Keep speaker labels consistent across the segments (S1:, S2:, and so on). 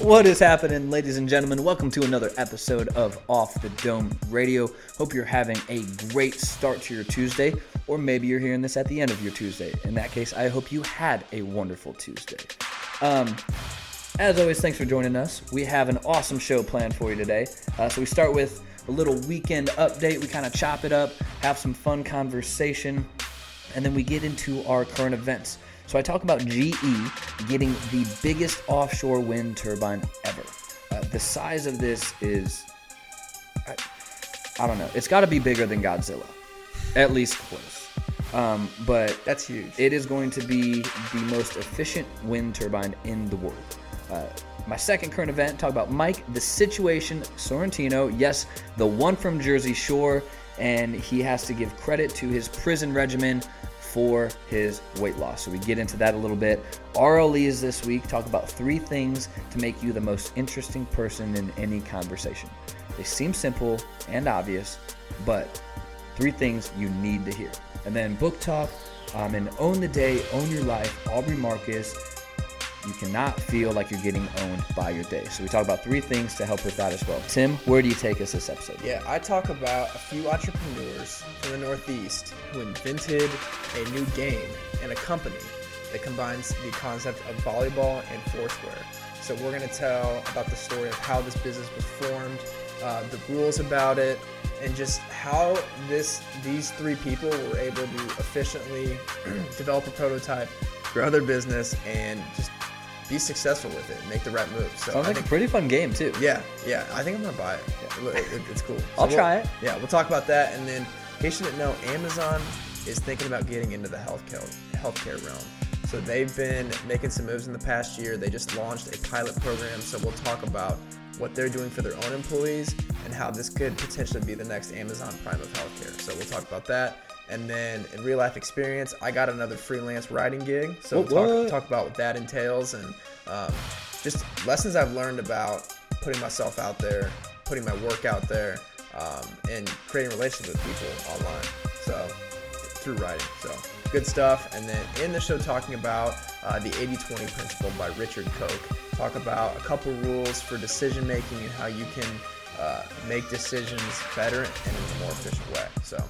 S1: What is happening, ladies and gentlemen? Welcome to another episode of Off the Dome Radio. Hope you're having a great start to your Tuesday, or maybe you're hearing this at the end of your Tuesday. In that case, I hope you had a wonderful Tuesday. Um, as always, thanks for joining us. We have an awesome show planned for you today. Uh, so we start with a little weekend update. We kind of chop it up, have some fun conversation, and then we get into our current events. So I talk about GE getting the biggest offshore wind turbine ever. Uh, the size of this is, I, I don't know, it's got to be bigger than Godzilla, at least close. Um, but
S2: That's huge.
S1: it is going to be the most efficient wind turbine in the world. Uh, my second current event, talk about Mike, the situation, Sorrentino. Yes, the one from Jersey Shore, and he has to give credit to his prison regimen for his weight loss. So we get into that a little bit. RLEs this week talk about three things to make you the most interesting person in any conversation. They seem simple and obvious, but three things you need to hear. And then book talk um, and own the day, own your life. Aubrey Marcus, you cannot feel like you're getting owned by your day. So we talk about three things to help with that as well. Tim, where do you take us this episode?
S2: Yeah, I talk about a few entrepreneurs from the Northeast who invented a new game and a company that combines the concept of volleyball and foursquare. So we're going to tell about the story of how this business was formed, uh, the rules about it, and just how this these three people were able to efficiently develop a prototype, grow their business, and just be successful with it, make the right moves. So
S1: Sounds
S2: I
S1: like a
S2: think
S1: pretty fun game too.
S2: Yeah, yeah. I think I'm gonna buy it. Yeah, look, it- it- it's cool. So
S1: I'll
S2: we'll-
S1: try it.
S2: Yeah, we'll talk about that, and then in case you didn't know, Amazon is thinking about getting into the healthcare healthcare realm. So they've been making some moves in the past year. They just launched a pilot program. So we'll talk about what they're doing for their own employees and how this could potentially be the next Amazon Prime of healthcare. So we'll talk about that. And then in real life experience, I got another freelance writing gig. So
S1: What-
S2: we'll talk,
S1: what?
S2: talk talk about what that entails and um, just lessons I've learned about putting myself out there, putting my work out there, um, and creating relationships with people online. So through writing, so good stuff. And then in the show, talking about uh, the 80-20 principle by Richard Koch. Talk about a couple rules for decision making and how you can uh, make decisions better and in a more efficient way. So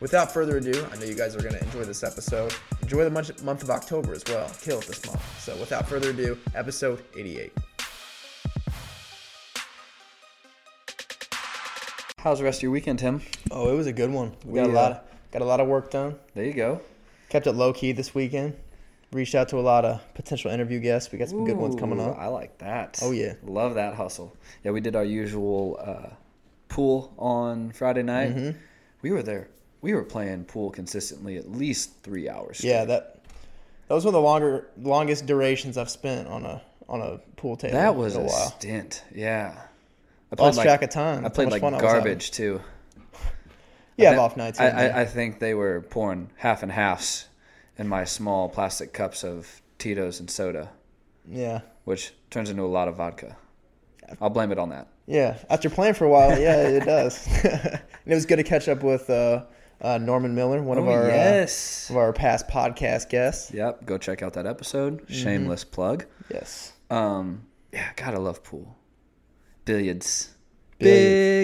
S2: Without further ado, I know you guys are going to enjoy this episode. Enjoy the month, month of October as well. Kill it this month. So, without further ado, episode 88.
S1: How's the rest of your weekend, Tim?
S2: Oh, it was a good one. We,
S1: got a lot
S2: got a lot of work done.
S1: There you go.
S2: Kept it low key this weekend. Reached out to a lot of potential interview guests. We got some
S1: Ooh, I like that.
S2: Oh, yeah.
S1: love that hustle. Yeah, we did our usual uh, pool on Friday night. We were there. We were playing pool consistently at least three hours.
S3: Yeah, that that was one of the longer longest durations I've spent on a on a pool table.
S1: that was
S3: in
S1: a
S3: a while.
S1: stint. Yeah, I
S3: Lost track of time.
S1: I
S3: That's how
S1: played
S3: much
S1: like
S3: fun I was having.
S1: garbage too.
S3: Yeah,
S1: I
S3: off nights.
S1: I,
S3: here and there.
S1: I, I think they were pouring half and halves in my small plastic cups of Tito's and soda,
S3: yeah,
S1: which turns into a lot of vodka. I'll blame it on that.
S3: yeah. After playing for a while, yeah, it does. and it was good to catch up with uh, uh, Norman Miller, one of
S1: Oh,
S3: our uh,
S1: yes.
S3: one of our past podcast guests.
S1: Yep, go check out that episode.
S3: Mm-hmm.
S1: Shameless plug.
S3: Yes,
S1: Um, yeah, gotta love pool, billiards,
S3: Billiards.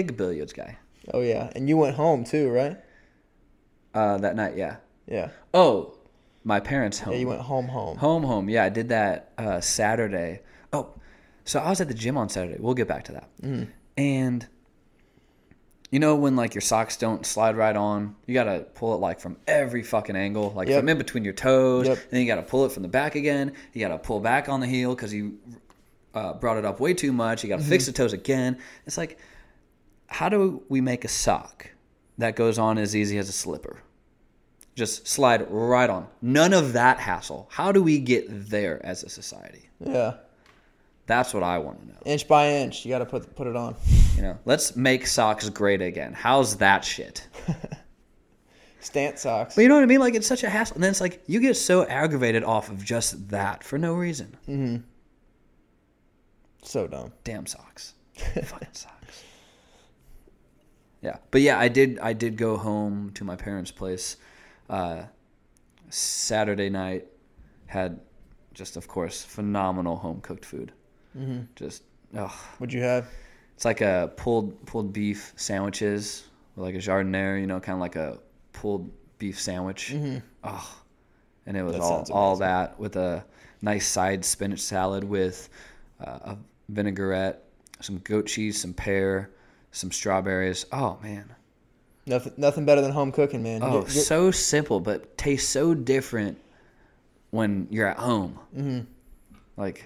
S1: big billiards guy.
S3: oh yeah, and you went home too, right?
S1: Uh, that night, yeah.
S3: Yeah,
S1: Oh, my parents' home.
S3: yeah. You went home, home.
S1: home, home. Yeah, I did that uh, Saturday. Oh, so I was at the gym on Saturday. We'll get back to that.
S3: Mm.
S1: And you know when like your socks don't slide right on, you gotta pull it like from every fucking angle, like
S3: Yep.
S1: from in between your toes.
S3: Yep.
S1: and Then you gotta pull it from the back again. You gotta pull back on the heel because you uh, brought it up way too much. You gotta
S3: Mm-hmm.
S1: fix the toes again. It's like, how do we make a sock that goes on as easy as a slipper? just slide right on. None of that hassle. How do we get there as a society?
S3: Yeah,
S1: That's what I want to know.
S3: inch by inch, you got to put put it on.
S1: You know, let's make socks great again. How's that shit?
S3: Stance socks.
S1: But you know what I mean? Like it's such a hassle, and then it's like you get so aggravated off of just that for no reason.
S3: So dumb.
S1: Damn socks. Fucking socks. Yeah, but yeah, I did. I did go home to my parents' place uh, Saturday night. Had just, of course, phenomenal home cooked food. Just Oh,
S2: Would you have?
S1: it's like a pulled pulled beef sandwiches with like a jardinere, you know, kind of like a pulled beef sandwich. Oh, and it was
S2: Mm-hmm. That
S1: all
S2: sounds
S1: all that with a nice side spinach salad with uh, a vinaigrette, some goat cheese, some pear, some strawberries. Oh man,
S2: Nothing, nothing better than home cooking, man.
S1: oh
S2: You're- you're-
S1: so simple, but tastes so different when you're at home. Mm-hmm. Like,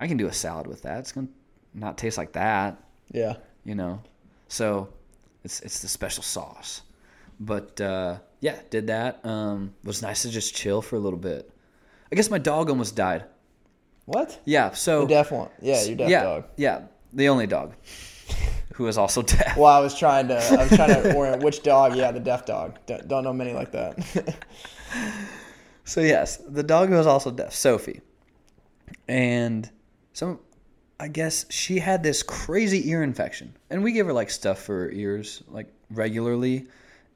S1: I can do a salad with that. It's gonna not taste like that
S2: yeah.
S1: you know. So it's it's the special sauce. But uh, yeah, did that. Um, it was nice to just chill for a little bit. I guess my dog almost died.
S2: What?
S1: Yeah, so
S2: Your deaf one. Yeah, your deaf
S1: yeah,
S2: dog.
S1: Yeah, the only dog who is also deaf.
S2: Well, I was trying to, I was trying to orient which dog. Yeah, the deaf dog. Don't, don't know many like that.
S1: So yes, the dog was also deaf, Sophie. And some I guess she had this crazy ear infection. And we give her like stuff for her ears like regularly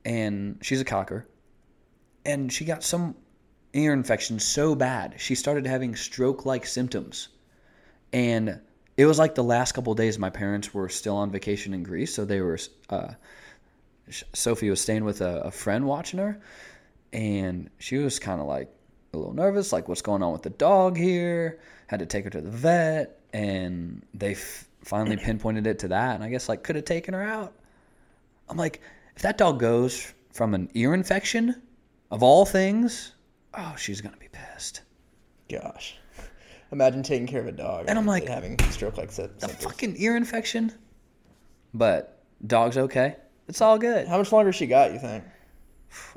S1: and she's a cocker. And she got some ear infection so bad. She started having stroke-like symptoms. And it was like the last couple of days my parents were still on vacation in Greece, so they were uh, Sh- Sophie was staying with a, a friend watching her and she was kind of like a little nervous like what's going on with the dog here had to take her to the vet and they f- finally pinpointed it to that and i guess like could have taken her out i'm like if that dog goes from an ear infection of all things oh she's gonna be pissed
S2: Gosh, imagine taking care of a dog
S1: And I'm like,
S2: having stroke like
S1: the
S2: that.
S1: fucking ear infection but dog's okay it's all good
S2: How much longer she got? You think?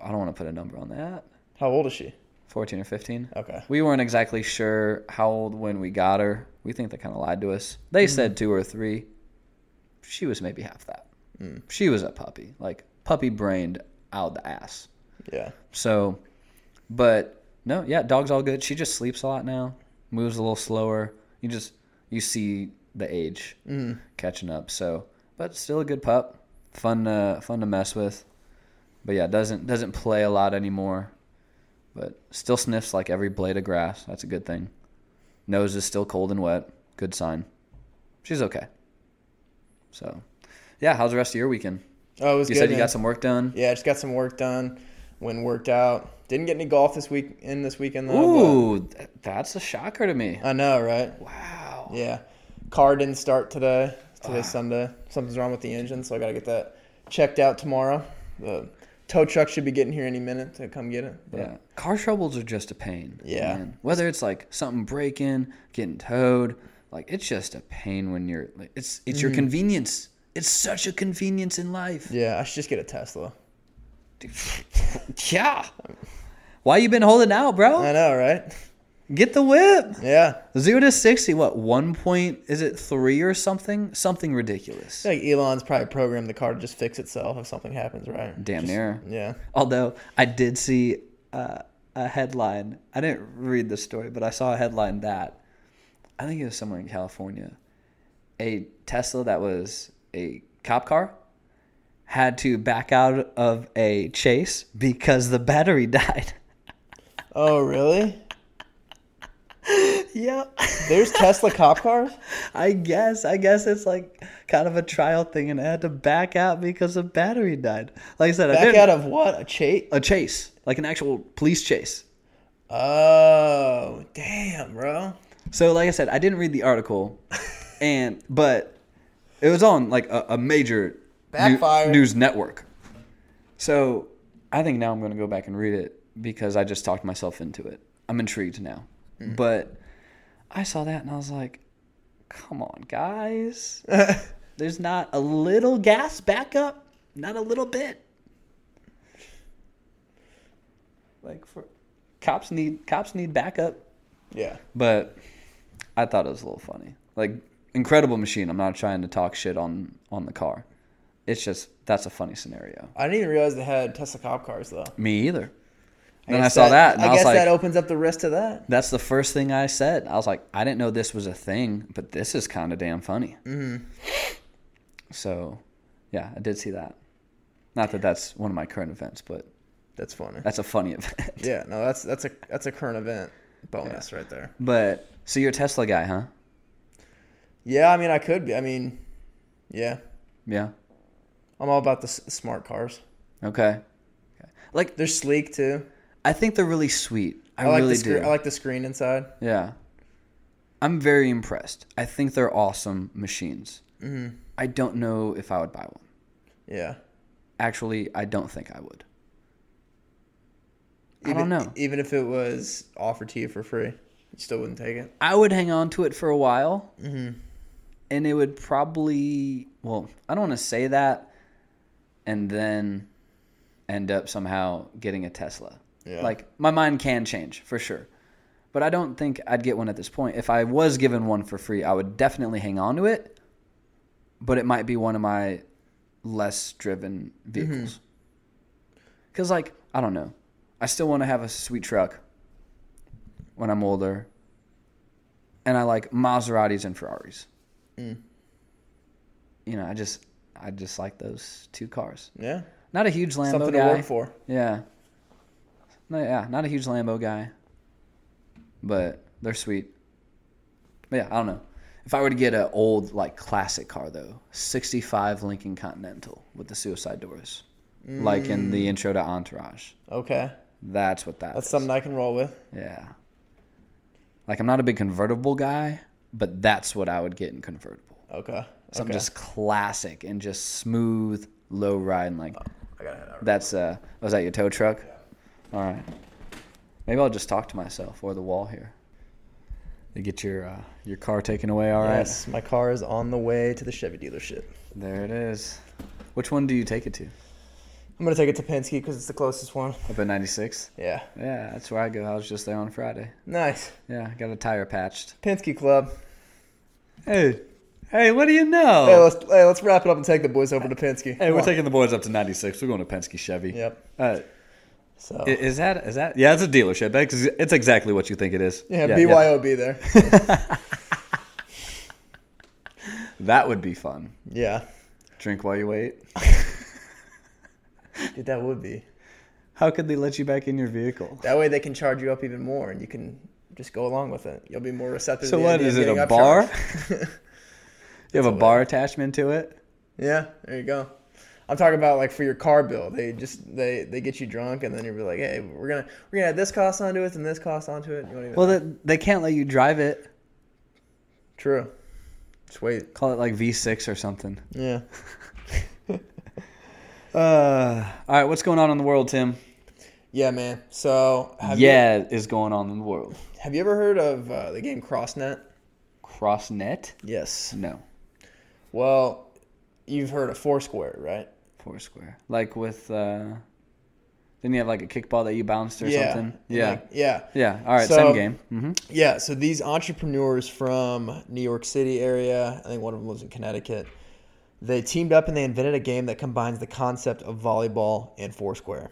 S1: i don't want to put a number on that
S2: How old is she?
S1: 14 or 15
S2: Okay.
S1: We weren't exactly sure how old when we got her. We think they kind of lied to us. They said two or three. She was maybe half that. She was a puppy, like puppy brained out the ass.
S2: Yeah.
S1: So, but no, yeah, dog's all good. She just sleeps a lot now, moves a little slower. You just, you see the age
S2: Mm.
S1: catching up. So, but still a good pup. Fun, uh, fun to mess with. But yeah, doesn't, doesn't play a lot anymore. But still sniffs like every blade of grass. That's a good thing. Nose is still cold and wet. Good sign. She's okay. So, yeah, how's the rest of your weekend?
S2: Oh, it was
S1: You
S2: good.
S1: said you
S2: man.
S1: got some work done.
S2: Yeah, just got some work done. Went and worked out. Didn't get any golf this week in this weekend though. but-
S1: Ooh, th- that's a shocker to me.
S2: I know, right?
S1: Wow.
S2: Oh, Yeah. Car didn't start today.
S1: Ah.
S2: Today's Sunday. Something's wrong with the engine, so I gotta get that checked out tomorrow. The tow truck should be getting here any minute to come get it. But
S1: Yeah. Car troubles are just a pain.
S2: Yeah.
S1: Whether it's like something breaking, getting towed, like it's just a pain when you're like it's it's
S2: Mm.
S1: your convenience. It's such a convenience in life.
S2: yeah, I should just get a Tesla.
S1: Yeah. Why you been holding out, bro?
S2: I know, right?
S1: Get the whip.
S2: Yeah.
S1: Zero to sixty, what, one point is it three or something? Something ridiculous.
S2: I feel like Elon's probably programmed the car to just fix itself if something happens, right?
S1: Damn
S2: Just-
S1: near.
S2: Yeah.
S1: Although I did see uh, a headline. I didn't read the story, but I saw a headline that I think it was somewhere in California. A Tesla that was a cop car had to back out of a chase because the battery died.
S2: Oh really?
S1: yep.
S2: There's Tesla cop cars?
S1: I guess. I guess it's like kind of a trial thing, and I had to back out because the battery died. Like I said, I
S2: Back
S1: didn't.
S2: out of what? A chate?
S1: a chase, like an actual police chase.
S2: Oh damn, bro.
S1: So, like I said, I didn't read the article, and but it was on like a, a major new-
S2: Backfired.
S1: news network. So, I think now I'm going to go back and read it because I just talked myself into it. I'm intrigued now, but I saw that and I was like, "Come on, guys! There's not a little gas backup, not a little bit." Like for cops need cops need backup
S2: Yeah.
S1: but I thought it was a little funny. Like incredible machine. I'm not trying to talk shit on on the car. It's just that's a funny scenario.
S2: I didn't even realize they had Tesla cop cars though.
S1: Me either.
S2: guess
S1: Then I, saw that, and I,
S2: I,
S1: was
S2: guess
S1: like,
S2: that opens up the rest to that.
S1: "That's the first thing I said." I was like, "I didn't know this was a thing, but this is kind of damn funny." Mm-hmm. So, yeah, I did see that. Not that that's one of my current events, but
S2: That's funny.
S1: that's a funny event.
S2: Yeah, no, that's that's a that's a current event bonus right there.
S1: But so you're a Tesla guy, huh?
S2: Yeah, I mean, I could be. I mean, yeah,
S1: Yeah.
S2: I'm all about the s- smart cars.
S1: Okay. Like
S2: They're sleek too.
S1: I think they're really sweet. I,
S2: like
S1: really
S2: the screen.
S1: do.
S2: I like the screen inside.
S1: yeah. I'm very impressed. I think they're awesome machines.
S2: Mhm.
S1: I don't know if I would buy one.
S2: Yeah.
S1: Actually, I don't think I would. I
S2: Even, e-,
S1: don't know.
S2: Even if it was offered to you for free, you still wouldn't take it.
S1: I would hang on to it for a while,
S2: Mhm.
S1: and it would probably. Well, I don't want to say that, and then end up somehow getting a Tesla.
S2: Yeah.
S1: Like my mind can change for sure, but I don't think I'd get one at this point. If I was given one for free, I would definitely hang on to it, but it might be one of my less driven
S2: Mm-hmm.
S1: vehicles. Because like I don't know, I still want to have a sweet truck when I'm older, and I like Maseratis and Ferraris.
S2: Mm.
S1: You know, I just I just like those two cars.
S2: Yeah.
S1: Not a huge Lambo
S2: Something
S1: guy.
S2: to work for.
S1: Yeah. No, yeah, not a huge Lambo guy. But they're sweet. But yeah, I don't know. If I were to get an old, like, classic car, though, 65 Lincoln Continental with the suicide doors, like in the intro to Entourage,
S2: Okay.
S1: that's what that
S2: Mm. That's
S1: is.
S2: something I can roll with.
S1: Yeah. Like, I'm not a big convertible guy, but that's what I would get in convertible.
S2: Okay.
S1: Something
S2: okay.
S1: just classic and just smooth, low ride, and like
S4: I gotta head out.
S1: that's uh was that your tow truck? All right. Maybe I'll just talk to myself or the wall here. To get your uh, your car taken away, all right.
S2: Yes, my car is on the way to the Chevy dealership.
S1: There it is. Which one do you take it to?
S2: I'm gonna take it to Penske because it's the closest one.
S1: Up at 96.
S2: Yeah.
S1: Yeah, that's where I go. I was just there on Friday.
S2: Nice.
S1: Yeah, I got a tire patched.
S2: Penske Club.
S1: Hey, hey, what do you know?
S2: Hey, let's hey, let's wrap it up and take the boys over to Penske. Come on.
S1: the boys up to 96. We're going to Penske Chevy.
S2: Yep.
S1: Uh,
S2: So
S1: i- is that is that? Yeah, it's a dealership. That's- It's exactly what you think it is.
S2: yeah, BYOB there.
S1: That would be fun.
S2: yeah.
S1: Drink while you wait.
S2: Dude, that would be.
S1: How could they let you back in your vehicle?
S2: That way they can charge you up even more, and you can just go along with it. You'll be more receptive.
S1: So
S2: to the
S1: what
S2: idea of
S1: is it?
S2: getting
S1: A
S2: upcharged.
S1: bar? you have a bar attachment to it.
S2: Yeah, there you go. I'm talking about like for your car bill. They just they they get you drunk, and then you'll be like, hey, we're gonna we're gonna add this cost onto it and this cost onto it. You won't even
S1: Well, they, they can't let you drive it.
S2: true. Just wait.
S1: Call it like V6 or something.
S2: Yeah.
S1: Uh, all right, what's going on in the world, Tim?
S2: Yeah, man. So have
S1: yeah, is going on in the world.
S2: you, have you ever heard of uh, the game CrossNet?
S1: Crossnet?
S2: Yes.
S1: No,
S2: Well, you've heard of Foursquare, right?
S1: Foursquare. Like with uh, didn't you have like a kickball that you bounced or something? Yeah,
S2: Like, yeah.
S1: yeah. All right,
S2: So-
S1: same game. hmm
S2: Yeah, so these entrepreneurs from New York City area, I think one of them lives in Connecticut. They teamed up and they invented a game that combines the concept of volleyball and Foursquare.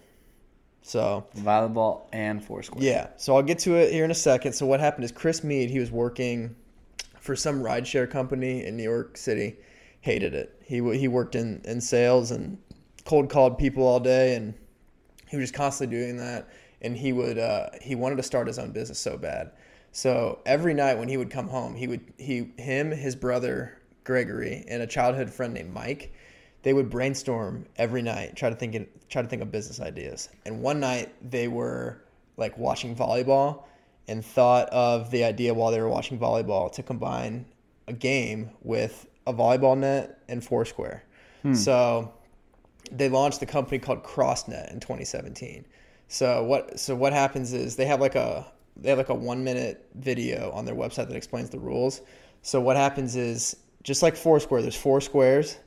S2: So,
S1: Volleyball and Foursquare.
S2: yeah, so I'll get to it here in a second. So, what happened is Chris Mead, he was working for some rideshare company in New York City, hated it. He, w- he worked in, in sales and cold called people all day, and he was just constantly doing that. And he would uh, he wanted to start his own business so bad. So every night when he would come home, he would he him his brother Gregory and a childhood friend named Mike, they would brainstorm every night, try to think in, try to think of business ideas. And one night they were like watching volleyball and thought of the idea while they were watching volleyball to combine a game with a volleyball net and Foursquare.
S1: Hmm.
S2: So they launched the company called CrossNet in 2017. So what so what happens is they have like a they have like a one minute video on their website that explains the rules. So what happens is just like Foursquare, there's four squares,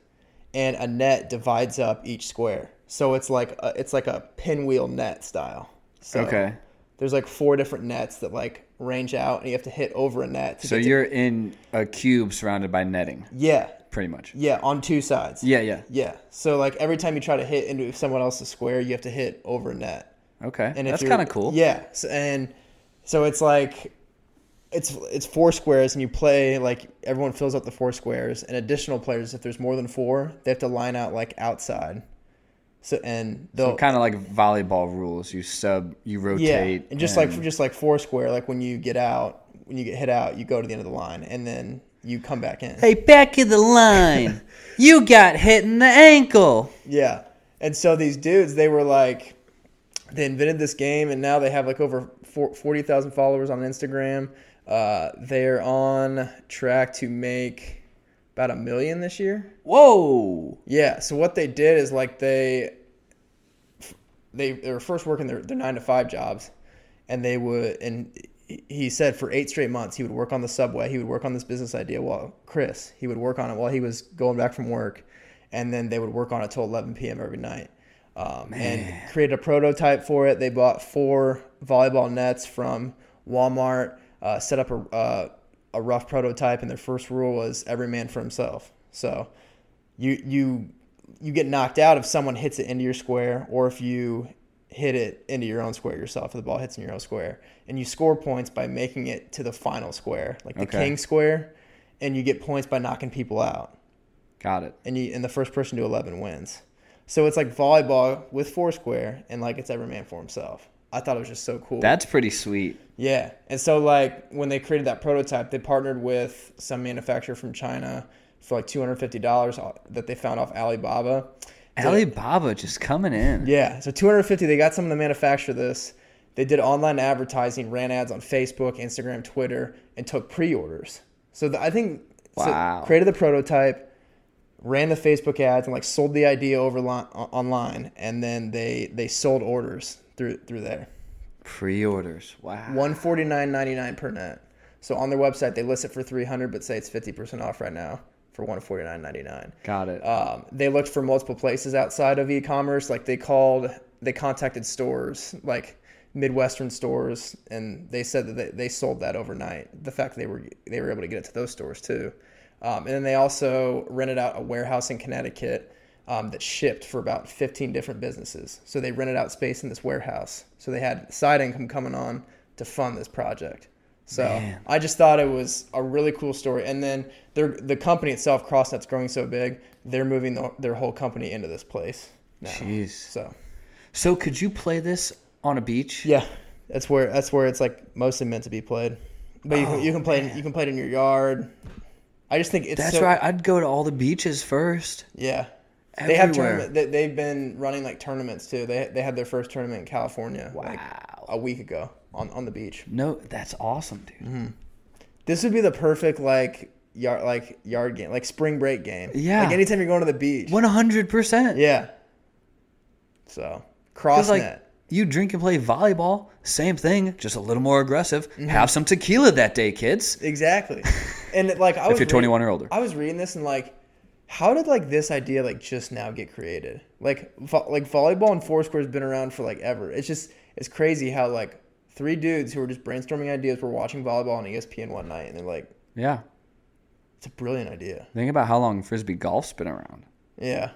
S2: and a net divides up each square. So it's like a, it's like a pinwheel net style. So
S1: Okay.
S2: There's like four different nets that like range out, and you have to hit over a net. To
S1: So
S2: get to-
S1: you're in a cube surrounded by netting,
S2: yeah
S1: pretty much.
S2: yeah on two sides.
S1: Yeah, yeah.
S2: Yeah. So like every time you try to hit into someone else's square, you have to hit over a net.
S1: Okay,
S2: And if
S1: that's
S2: you're-
S1: kind of cool.
S2: Yeah. So, and so it's like it's it's four squares, and you play like everyone fills up the four squares, and additional players, if there's more than four, they have to line out like outside. So and they'll
S1: So kind of like volleyball rules. You sub, you
S2: yeah,
S1: rotate,
S2: and just like just like four square, like when you get out, when you get hit out, you go to the end of the line, and then you come back in.
S1: Hey, back of the line. you got hit in the ankle.
S2: Yeah. And so these dudes, they were like, they invented this game, and now they have like over four- 40,000 followers on Instagram. Uh, they're on track to make about a million this year.
S1: Whoa.
S2: Yeah. So what they did is like they they, they were first working their, their nine to five jobs, and they would and he- he said for eight straight months he would work on the subway. He would work on this business idea while Chris he would work on it while he was going back from work, and then they would work on it till eleven p.m. every night. Um, and created a prototype for it. They bought four volleyball nets from Walmart. Uh, set up a uh, a rough prototype, and their first rule was every man for himself. So you you you get knocked out if someone hits it into your square or if you hit it into your own square yourself if the ball hits in your own square and you score points by making it to the final square like the
S1: Okay.
S2: king square and you get points by knocking people out
S1: Got it.
S2: and you and the first person to 11 wins so it's like volleyball with foursquare and like it's every man for himself i thought it was just so cool
S1: That's pretty sweet.
S2: yeah. And so like when they created that prototype, they partnered with some manufacturer from China for like $250 o- uh, that they found off Alibaba.
S1: Alibaba just coming in.
S2: Yeah. So 250, they got someone to manufacture this. They did online advertising, ran ads on Facebook, Instagram, Twitter, and took pre-orders. So the, I think so
S1: Wow.
S2: created the prototype, ran the Facebook ads, and like sold the idea over li- o- online, and then they they sold orders through through there.
S1: Pre-orders. Wow.
S2: One forty nine ninety nine per net. So on their website they list it for three hundred, but say it's fifty percent off right now for one forty nine ninety nine.
S1: Got it.
S2: Um, they looked for multiple places outside of e commerce. Like they called, they contacted stores like Midwestern stores, and they said that they, they sold that overnight. The fact that they were they were able to get it to those stores too. Um, and then they also rented out a warehouse in Connecticut um, that shipped for about 15 different businesses. So they rented out space in this warehouse. So they had side income coming on to fund this project. So I just thought it was a really cool story. And then they're, the company itself, CrossNet's growing so big, they're moving the, their whole company into this place now.
S1: Jeez.
S2: So
S1: So could you play this on a beach?
S2: yeah, that's where that's where it's like mostly meant to be played. But you, can, you can play you can play it in your yard. I just think it's
S1: Oh, That's
S2: so,
S1: right. I'd go to all the beaches first.
S2: Yeah. They have
S1: Everywhere.
S2: tournament. They, they've been running like tournaments too. They they had their first tournament in California like
S1: Wow.
S2: a week ago on, on the beach.
S1: No, that's awesome, dude.
S2: This would be the perfect like yard like yard game, like spring break game.
S1: Yeah.
S2: Like anytime you're going to the beach.
S1: 100%.
S2: Yeah. So
S1: It's
S2: cross
S1: like
S2: net.
S1: you drink and play volleyball, same thing, just a little more aggressive. Have some tequila that day, kids.
S2: Exactly. And like I was
S1: If you're
S2: reading-
S1: 21 or older.
S2: I was reading this and like, how did like this idea like just now get created? Like, vo- like volleyball and foursquare has been around for like ever. It's just it's crazy how like three dudes who were just brainstorming ideas were watching volleyball on E ESPN one night and they're like,
S1: Yeah.
S2: it's a brilliant idea.
S1: Think about how long frisbee golf's been around.
S2: Yeah,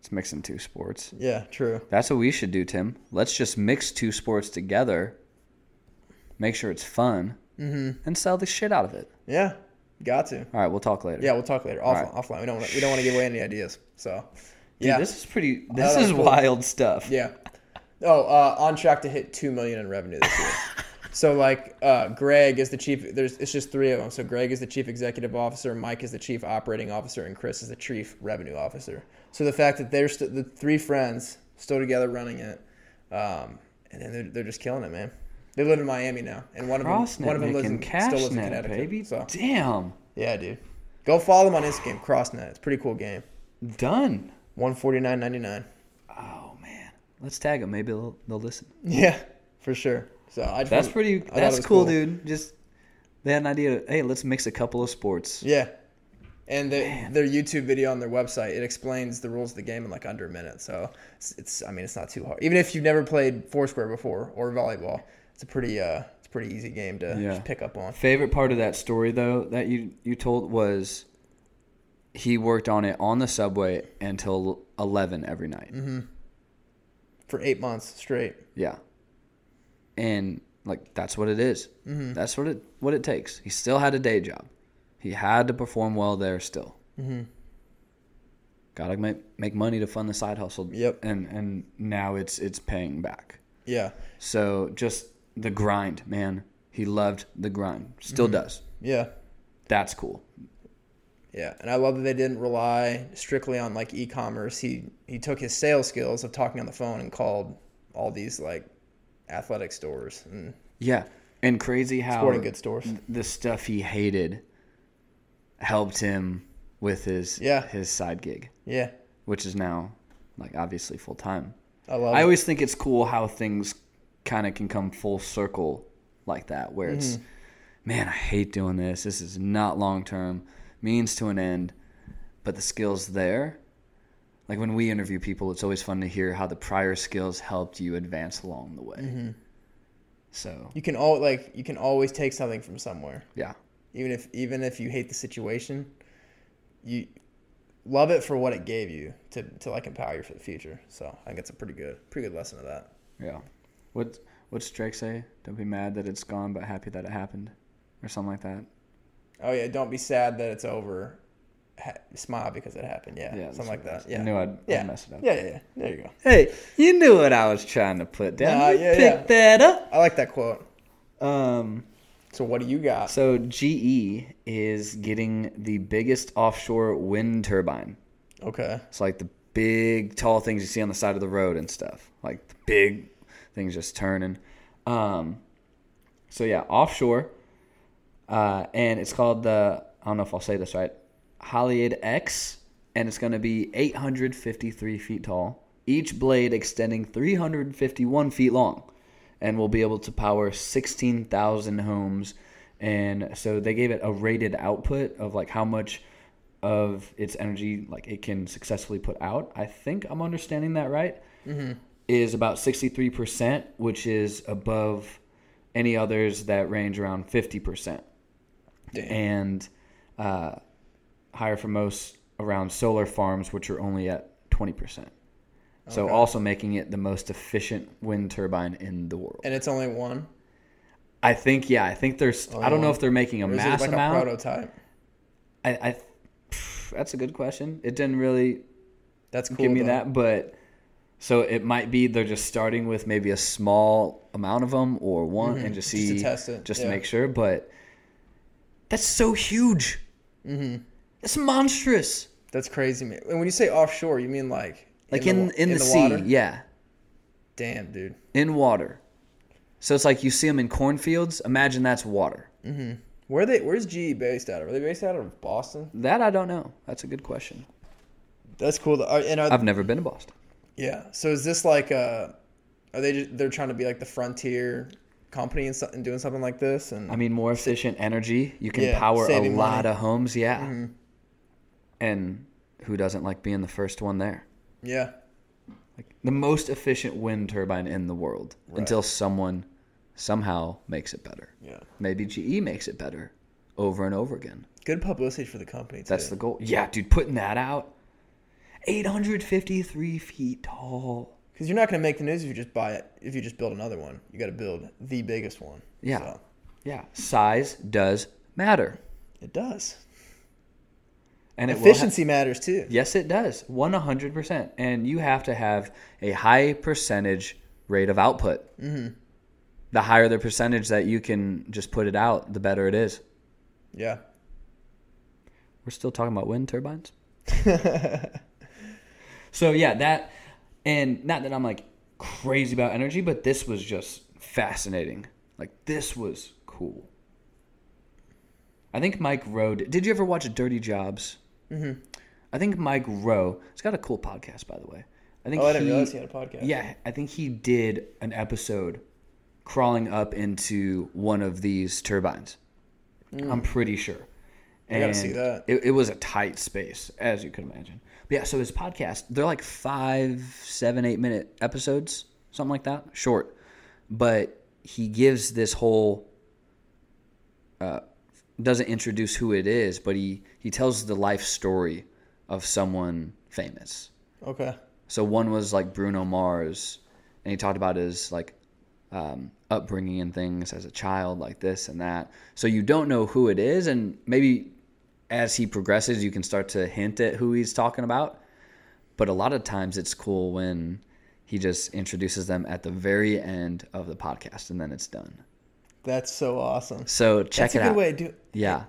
S1: It's mixing two sports.
S2: yeah, true.
S1: That's what we should do, Tim. Let's just mix two sports together, make sure it's fun,
S2: Mm-hmm.
S1: and sell the shit out of it.
S2: Yeah, got to.
S1: All right, we'll talk later.
S2: Yeah, we'll talk later. Off, Offline, we don't wanna, we don't want to give away any ideas. So,
S1: Dude,
S2: yeah, Oh,
S1: this is pretty. This
S2: that was
S1: is
S2: cool.
S1: wild stuff.
S2: Yeah. Oh, uh, on track to hit two million in revenue this year. so like, uh, Greg is the chief. There's it's just three of them. So Greg is the chief executive officer. Mike is the chief operating officer, and Chris is the chief revenue officer. So the fact that they're st- the three friends still together running it, um, and then they're, they're just killing it, man. They live in Miami now, and one of them
S1: Crossnet,
S2: one of them lives
S1: making
S2: in,
S1: cash
S2: still lives in
S1: net,
S2: Connecticut.
S1: baby.
S2: So
S1: Damn,
S2: yeah, dude, go follow them on Instagram. Crossnet, it's a pretty cool game.
S1: done.
S2: One forty nine ninety nine.
S1: Oh man, let's tag them. Maybe they'll, they'll listen.
S2: Yeah, for sure. So I just
S1: That's
S2: wanna-
S1: pretty.
S2: I thought it
S1: That's
S2: was
S1: cool, dude. Just they had an idea. Hey, let's mix a couple of sports.
S2: Yeah. And the, their YouTube video on their website it explains the rules of the game in like under a minute. So it's, it's I mean it's not too hard. Even if you've never played Foursquare before or volleyball, it's a pretty uh it's a pretty easy game to
S1: Yeah.
S2: just pick up on.
S1: Favorite part of that story though that you you told was he worked on it on the subway until eleven every night.
S2: For eight months straight.
S1: Yeah, and like that's what it is. That's what it what it takes. He still had a day job. He had to perform well there still. Mm-hmm. Gotta make make money to fund the side hustle.
S2: Yep.
S1: And and now it's it's paying back.
S2: Yeah.
S1: So just the grind, man. He loved the grind. Still does.
S2: Yeah.
S1: That's cool.
S2: Yeah, and I love that they didn't rely strictly on like e-commerce. He he took his sales skills of talking on the phone and called all these like athletic stores and
S1: Yeah, and crazy how
S2: sporting goods stores.
S1: the stuff he hated helped him with his
S2: Yeah.
S1: his side gig,
S2: Yeah,
S1: which is now like obviously full time.
S2: I love.
S1: I
S2: it.
S1: always think it's cool how things kind of can come full circle like that, where it's,
S2: Mm-hmm.
S1: man, I hate doing this. This is not long term, means to an end, but the skills there. Like when we interview people, it's always fun to hear how the prior skills helped you advance along the way.
S2: Mm-hmm.
S1: So
S2: You can all like you can always take something from somewhere,
S1: yeah,
S2: even if even if you hate the situation, you love it for what it gave you to to like empower you for the future. So I think it's a pretty good pretty good lesson of that.
S1: yeah. What what's Drake say? Don't be mad that it's gone, but happy that it happened, or something like that.
S2: Oh yeah, don't be sad that it's over. Ha- smile because it happened. Yeah,
S1: Yeah,
S2: something like that.
S1: I
S2: Yeah,
S1: knew I'd,
S2: yeah.
S1: I'd mess it up.
S2: Yeah, yeah, yeah. There you go.
S1: Hey, you knew what I was trying to put down.
S2: Nah,
S1: you
S2: yeah,
S1: picked that up.
S2: I like that quote.
S1: Um,
S2: So what do you got?
S1: so GE is getting the biggest offshore wind turbine.
S2: Okay.
S1: It's like the big tall things you see on the side of the road and stuff. Like the big things just turning. Um, so yeah, offshore. Uh, and it's called the I don't know if I'll say this right, Haliade X, and it's going to be 853 feet tall. Each blade extending 351 feet long, and will be able to power 16,000 homes. And so they gave it a rated output of like how much of its energy like it can successfully put out. I think I'm understanding that right. Is about 63%, which is above any others that range around 50% and uh, higher for most around solar farms, which are only at 20%. So, also making it the most efficient wind turbine in the world.
S2: And it's only one.
S1: I think, yeah, I think there's, I don't know if they're making a
S2: Oh, Or is
S1: mass
S2: it like
S1: amount.
S2: a prototype?
S1: I, I, pff, that's a good question. It didn't really
S2: That's cool.
S1: give me
S2: though.
S1: that, but so it might be they're just starting with maybe a small amount of them or one and just
S2: Mm-hmm. Just
S1: see
S2: to test it,
S1: just to
S2: yeah.
S1: make sure. But that's so huge. Mm-hmm. It's monstrous.
S2: That's crazy, man. And when you say offshore, you mean like
S1: like in in the,
S2: wa-
S1: sea,
S2: water?
S1: yeah,
S2: Damn, dude.
S1: in water. So it's like you see them in cornfields. Imagine that's water.
S2: Where they? Where's GE based out of? Are they based out of Boston?
S1: That I don't know. That's a good question.
S2: That's cool. though. Are- And are,
S1: I've never been to Boston.
S2: yeah. So is this like a? Are they? Just, they're trying to be like the frontier company and, so, and doing something like this and
S1: I mean, more efficient energy. You can
S2: Yeah,
S1: power a
S2: saving
S1: lot
S2: money. Mm-hmm.
S1: of homes. Yeah, and who doesn't like being the first one there?
S2: yeah.
S1: Like the most efficient wind turbine in the world until someone somehow makes it better.
S2: Yeah.
S1: Maybe GE makes it better over and over again.
S2: Good publicity for the company. Too.
S1: That's the goal. Yeah, dude, putting that out. 853 feet tall.
S2: because you're not going to make the news if you just buy it. If you just build another one, you got to build the biggest one.
S1: Yeah.
S2: So,
S1: Yeah. Size does matter.
S2: it does.
S1: And it will ha-
S2: Efficiency matters too.
S1: yes, it does. 100%. And you have to have a high percentage rate of output. Mm-hmm. The higher the percentage that you can just put it out, the better it is.
S2: Yeah.
S1: We're still talking about wind turbines. so yeah, that and not that I'm like crazy about energy, but this was just fascinating. Like this was cool. I think Mike Rowe. Did, did you ever watch Dirty Jobs? Mm-hmm. I think Mike Rowe. It's got a cool podcast, by the way. I think
S2: Oh, I didn't
S1: he-
S2: realize he had a podcast.
S1: yeah, I think he did an episode crawling up into one of these turbines. I'm pretty sure.
S2: Mm. I gotta see that.
S1: It, it was a tight space, as you can imagine. But yeah, so his podcast, they're like five, seven, eight minute episodes, something like that, short. But he gives this whole uh, doesn't introduce who it is, but he he tells the life story of someone famous.
S2: Okay.
S1: So one was like Bruno Mars, and he talked about his like um, upbringing and things as a child, like this and that. So you don't know who it is, and maybe as he progresses, you can start to hint at who he's talking about. But a lot of times, it's cool when he just introduces them at the very end of the podcast, and then it's done.
S2: That's so awesome.
S1: So check
S2: That's
S1: it
S2: a good
S1: out.
S2: way to do.
S1: Yeah,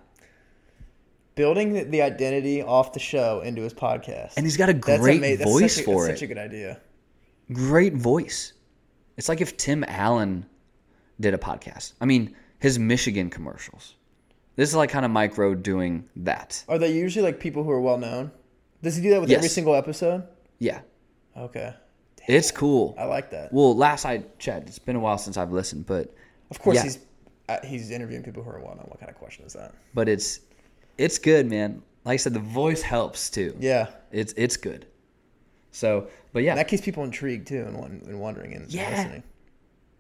S2: building the- the identity off the show into his podcast.
S1: And he's got a
S2: That's
S1: great
S2: ama- that's
S1: voice
S2: such a,
S1: for
S2: that's
S1: it.
S2: Such a good idea.
S1: great voice. It's like if Tim Allen did a podcast. I mean, his Michigan commercials. This is like kind of micro doing that.
S2: Are they usually like people who are well known? Does he do that with every
S1: Yes.
S2: single episode?
S1: Yeah,
S2: Okay,
S1: it's cool.
S2: I like that.
S1: Well, last I checked, it's been a while since I've listened, but
S2: Of course,
S1: Yeah.
S2: he's uh, he's interviewing people who are well known. What kind of question is that?
S1: but it's it's good, man. Like I said, the voice helps too.
S2: Yeah,
S1: It's it's good. So, but yeah,
S2: and that keeps people intrigued too and, won- and wondering and
S1: Yeah.
S2: listening.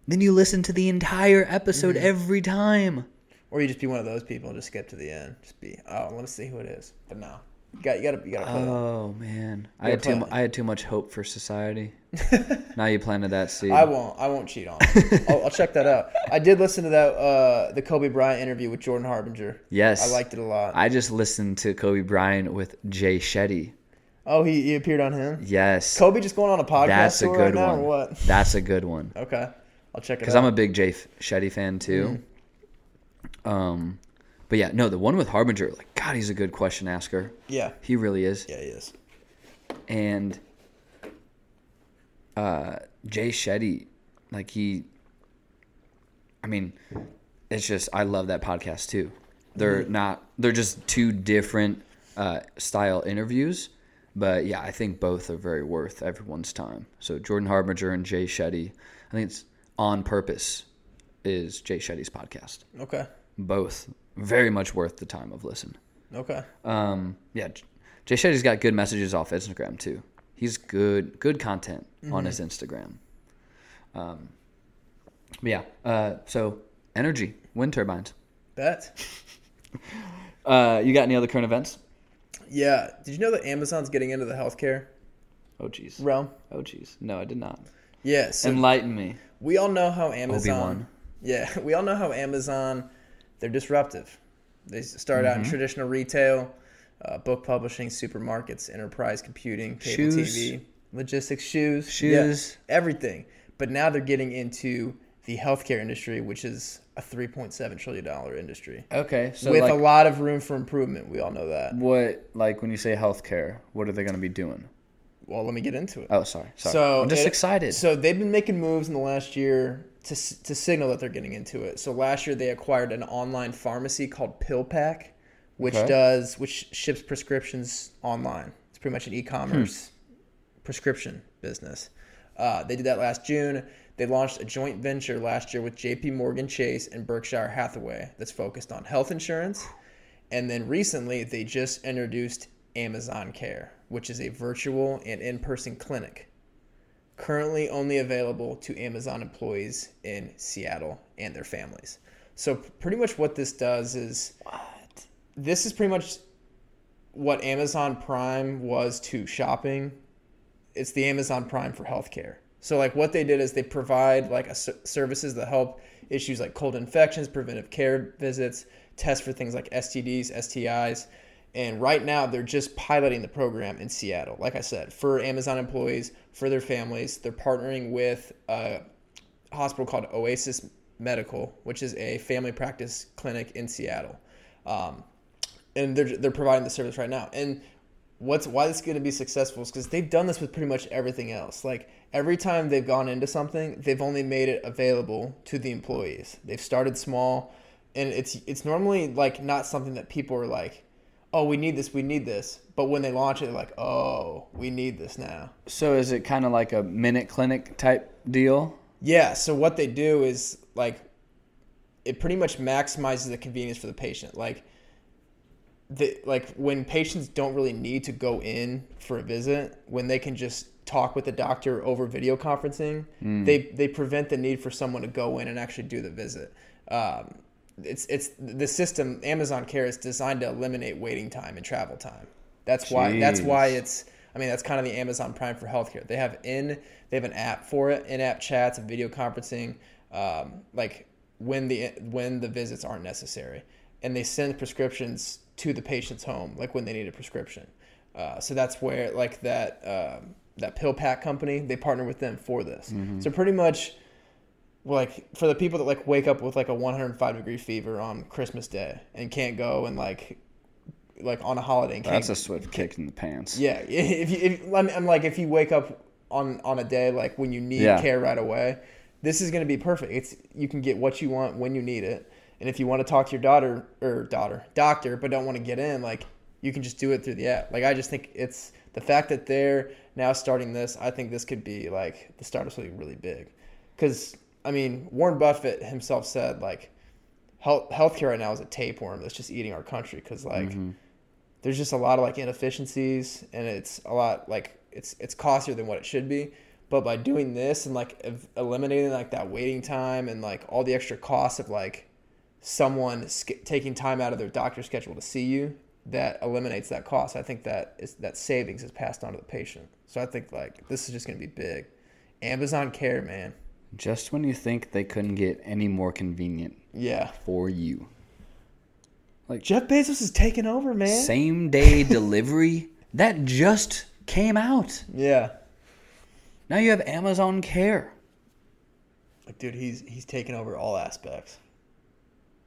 S1: then you listen to the entire episode every time.
S2: Or you just be one of those people and just skip to the end. Just be oh, let me see who it is. But no, you got you got to you got to.
S1: Oh man, I
S2: You're
S1: had too mu-
S2: planning.
S1: I had too much hope for society. now you planted that seed.
S2: I won't. I won't cheat on. It. I'll, I'll check that out. I did listen to that uh, the Kobe Bryant interview with Jordan Harbinger.
S1: Yes.
S2: I liked it a lot.
S1: I just listened to Kobe Bryant with Jay Shetty.
S2: oh, he, he appeared on him.
S1: Yes.
S2: Kobe just going on a podcast
S1: that's a
S2: tour
S1: good
S2: right now,
S1: one.
S2: or what?
S1: That's a good one.
S2: Okay, I'll check it
S1: Because
S2: out.
S1: I'm a big Jay F- Shetty fan too.
S2: Mm.
S1: Um, but yeah, no, the one with Harbinger, like God, he's a good question asker.
S2: yeah,
S1: He really is.
S2: yeah, he is.
S1: and uh Jay Shetty, like he I mean, it's just I love that podcast too. They're not they're just two different uh style interviews, but yeah, I think both are very worth everyone's time. So Jordan Harbinger and Jay Shetty, I think it's on purpose is Jay Shetty's podcast.
S2: Okay,
S1: Both very much worth the time of listen.
S2: okay.
S1: Um, yeah, J- Jay Shetty's got good messages off Instagram too. He's good, good content on his
S2: Mm-hmm.
S1: Instagram. Um, but yeah. Uh, so energy, wind turbines.
S2: Bet.
S1: Uh, you got any other current events?
S2: Yeah. Did you know that Amazon's getting into the healthcare
S1: Oh jeez.
S2: realm?
S1: Oh jeez. No, I did not.
S2: Yeah. So
S1: Enlighten me.
S2: we all know how Amazon.
S1: Obi-Wan.
S2: Yeah, we all know how Amazon. They're disruptive. They start
S1: Mm-hmm.
S2: out in traditional retail, uh, book publishing, supermarkets, enterprise computing, cable
S1: Shoes.
S2: TV, logistics, shoes,
S1: Shoes.
S2: yeah, everything. But now they're getting into the healthcare industry, which is a three point seven trillion dollar industry
S1: Okay. So
S2: with a
S1: like,
S2: lot of room for improvement. We all know that.
S1: what like when you say healthcare, what are they going to be doing?
S2: Well, let me get into it.
S1: Oh, sorry. Sorry.
S2: So
S1: I'm just
S2: it-
S1: excited.
S2: So they've been making moves in the last year to s- to signal that they're getting into it. So last year they acquired an online pharmacy called PillPack, which
S1: Okay.
S2: does which ships prescriptions online. It's pretty much an e-commerce
S1: Hmm.
S2: prescription business. Uh, they did that last June. They launched a joint venture last year with J.P. Morgan Chase and Berkshire Hathaway that's focused on health insurance. And then recently, they just introduced Amazon Care, which is a virtual and in-person clinic currently only available to Amazon employees in Seattle and their families. So pretty much what this does is
S1: what?
S2: this is pretty much what Amazon Prime was to shopping. It's the Amazon Prime for healthcare. So like what they did is they provide like a ser- services that help issues like cold infections, preventive care visits, tests for things like STDs, STIs, and right now they're just piloting the program in Seattle. Like I said, for Amazon employees, for their families, they're partnering with uh, hospital called Oasis Medical, which is a family practice clinic in Seattle, um, and they're they're providing the service right now. And what's why this is going to be successful is because they've done this with pretty much everything else. Like every time they've gone into something, they've only made it available to the employees. They've started small, and it's it's normally like not something that people are like. Oh, we need this. We need this. But when they launch it, they're like, "Oh, we need this now."
S1: So is it kind of like a minute clinic type deal?
S2: Yeah, so what they do is like it pretty much maximizes the convenience for the patient. Like the like when patients don't really need to go in for a visit, when they can just talk with the doctor over video conferencing, they they prevent the need for someone to go in and actually do the visit. Um, it's it's the system Amazon Care is designed to eliminate waiting time and travel time. That's why that's
S1: Jeez.
S2: why it's I mean that's kind of the Amazon Prime for healthcare. They have in they have an app for it, in-app chats and video conferencing, um, like when the when the visits aren't necessary, and they send prescriptions to the patient's home, like when they need a prescription. Uh, so that's where like that um, that pill pack company they partner with them for this. So pretty much well, like for the people that like wake up with like a 105 degree fever on Christmas Day and can't go and like like on a holiday and can't
S1: That's a swift kick in the pants.
S2: Yeah, if you, if I'm, I'm like if you wake up on on a day like when you need
S1: Yeah.
S2: care right away, this is gonna be perfect. It's you can get what you want when you need it, and if you want to talk to your daughter or daughter doctor but don't want to get in, like you can just do it through the app. Like I just think it's the fact that they're now starting this. I think this could be like the start of something really big, because I mean Warren Buffett himself said like health healthcare right now is a tapeworm that's just eating our country because like there's just a lot of like inefficiencies and it's a lot like it's it's costlier than what it should be but by doing this and like ev- eliminating like that waiting time and like all the extra costs of like someone sk- taking time out of their doctor's schedule to see you that eliminates that cost i think that is that savings is passed on to the patient so i think like this is just going to be big amazon care man
S1: Just when you think they couldn't get any more convenient
S2: yeah
S1: for you.
S2: jeff bezos is taking over man
S1: Same day delivery? That just came out.
S2: yeah
S1: Now you have Amazon Care.
S2: Like, dude, he's he's taking over all aspects.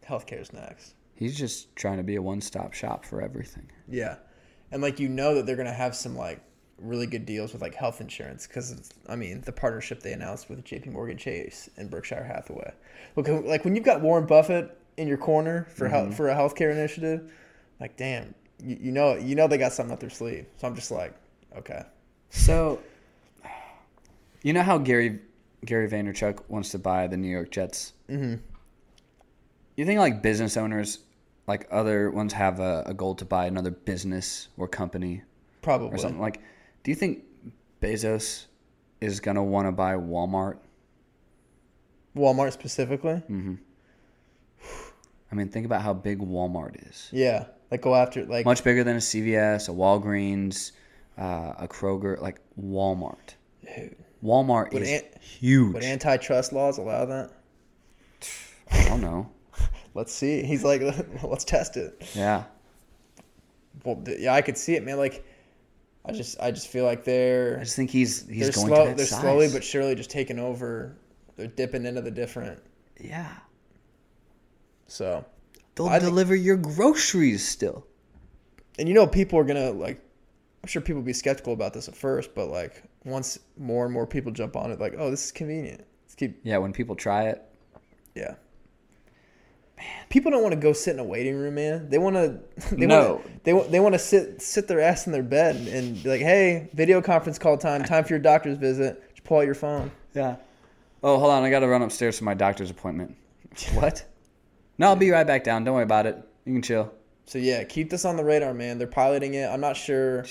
S2: Healthcare's next.
S1: He's just trying to be a one stop shop for everything.
S2: Yeah, and like you know that they're gonna have some like really good deals with like health insurance because I mean the partnership they announced with J.P. Morgan Chase and Berkshire Hathaway. Look, like when you've got Warren Buffett in your corner for
S1: Mm-hmm.
S2: health for a healthcare initiative, like damn, you, you know you know they got something up their sleeve. So I'm just like, okay,
S1: So, you know how Gary Gary Vaynerchuk wants to buy the New York Jets. Mm-hmm. You think like business owners, like other ones, have a, a goal to buy another business or company
S2: probably.
S1: or something like? Do you think Bezos is gonna want to buy Walmart?
S2: Walmart specifically.
S1: Mm-hmm. I mean, think about how big Walmart is.
S2: Yeah, like go after like
S1: Much bigger than a CVS, a Walgreens, uh, a Kroger, like Walmart.
S2: Dude.
S1: Walmart
S2: Would
S1: is
S2: an-
S1: huge.
S2: would antitrust laws allow that?
S1: I don't know.
S2: let's see. He's like, let's test it.
S1: Yeah.
S2: Well, th- yeah, I could see it, man. Like, I just, I just feel like they're
S1: I just think he's he's
S2: they're
S1: going
S2: slow,
S1: to that
S2: they're
S1: size.
S2: slowly but surely just taking over. They're dipping into the different.
S1: yeah,
S2: So,
S1: they'll
S2: I think-
S1: deliver your groceries still.
S2: and you know, people are gonna like. I'm sure people will be skeptical about this at first, but like once more and more people jump on it, like, oh, this is convenient. Let's keep,
S1: Yeah, when people try it,
S2: yeah. People don't want to go sit in a waiting room, man. They want to. They
S1: No.
S2: Want, they want. They want to sit sit their ass in their bed and be like, "Hey, video conference call time. Time for your doctor's visit. Just pull out your phone."
S1: yeah. Oh, hold on, I gotta run upstairs to my doctor's appointment. what? No, I'll be right back down. Don't worry about it. You can chill.
S2: So yeah, keep this on the radar, man. They're piloting it. I'm not sure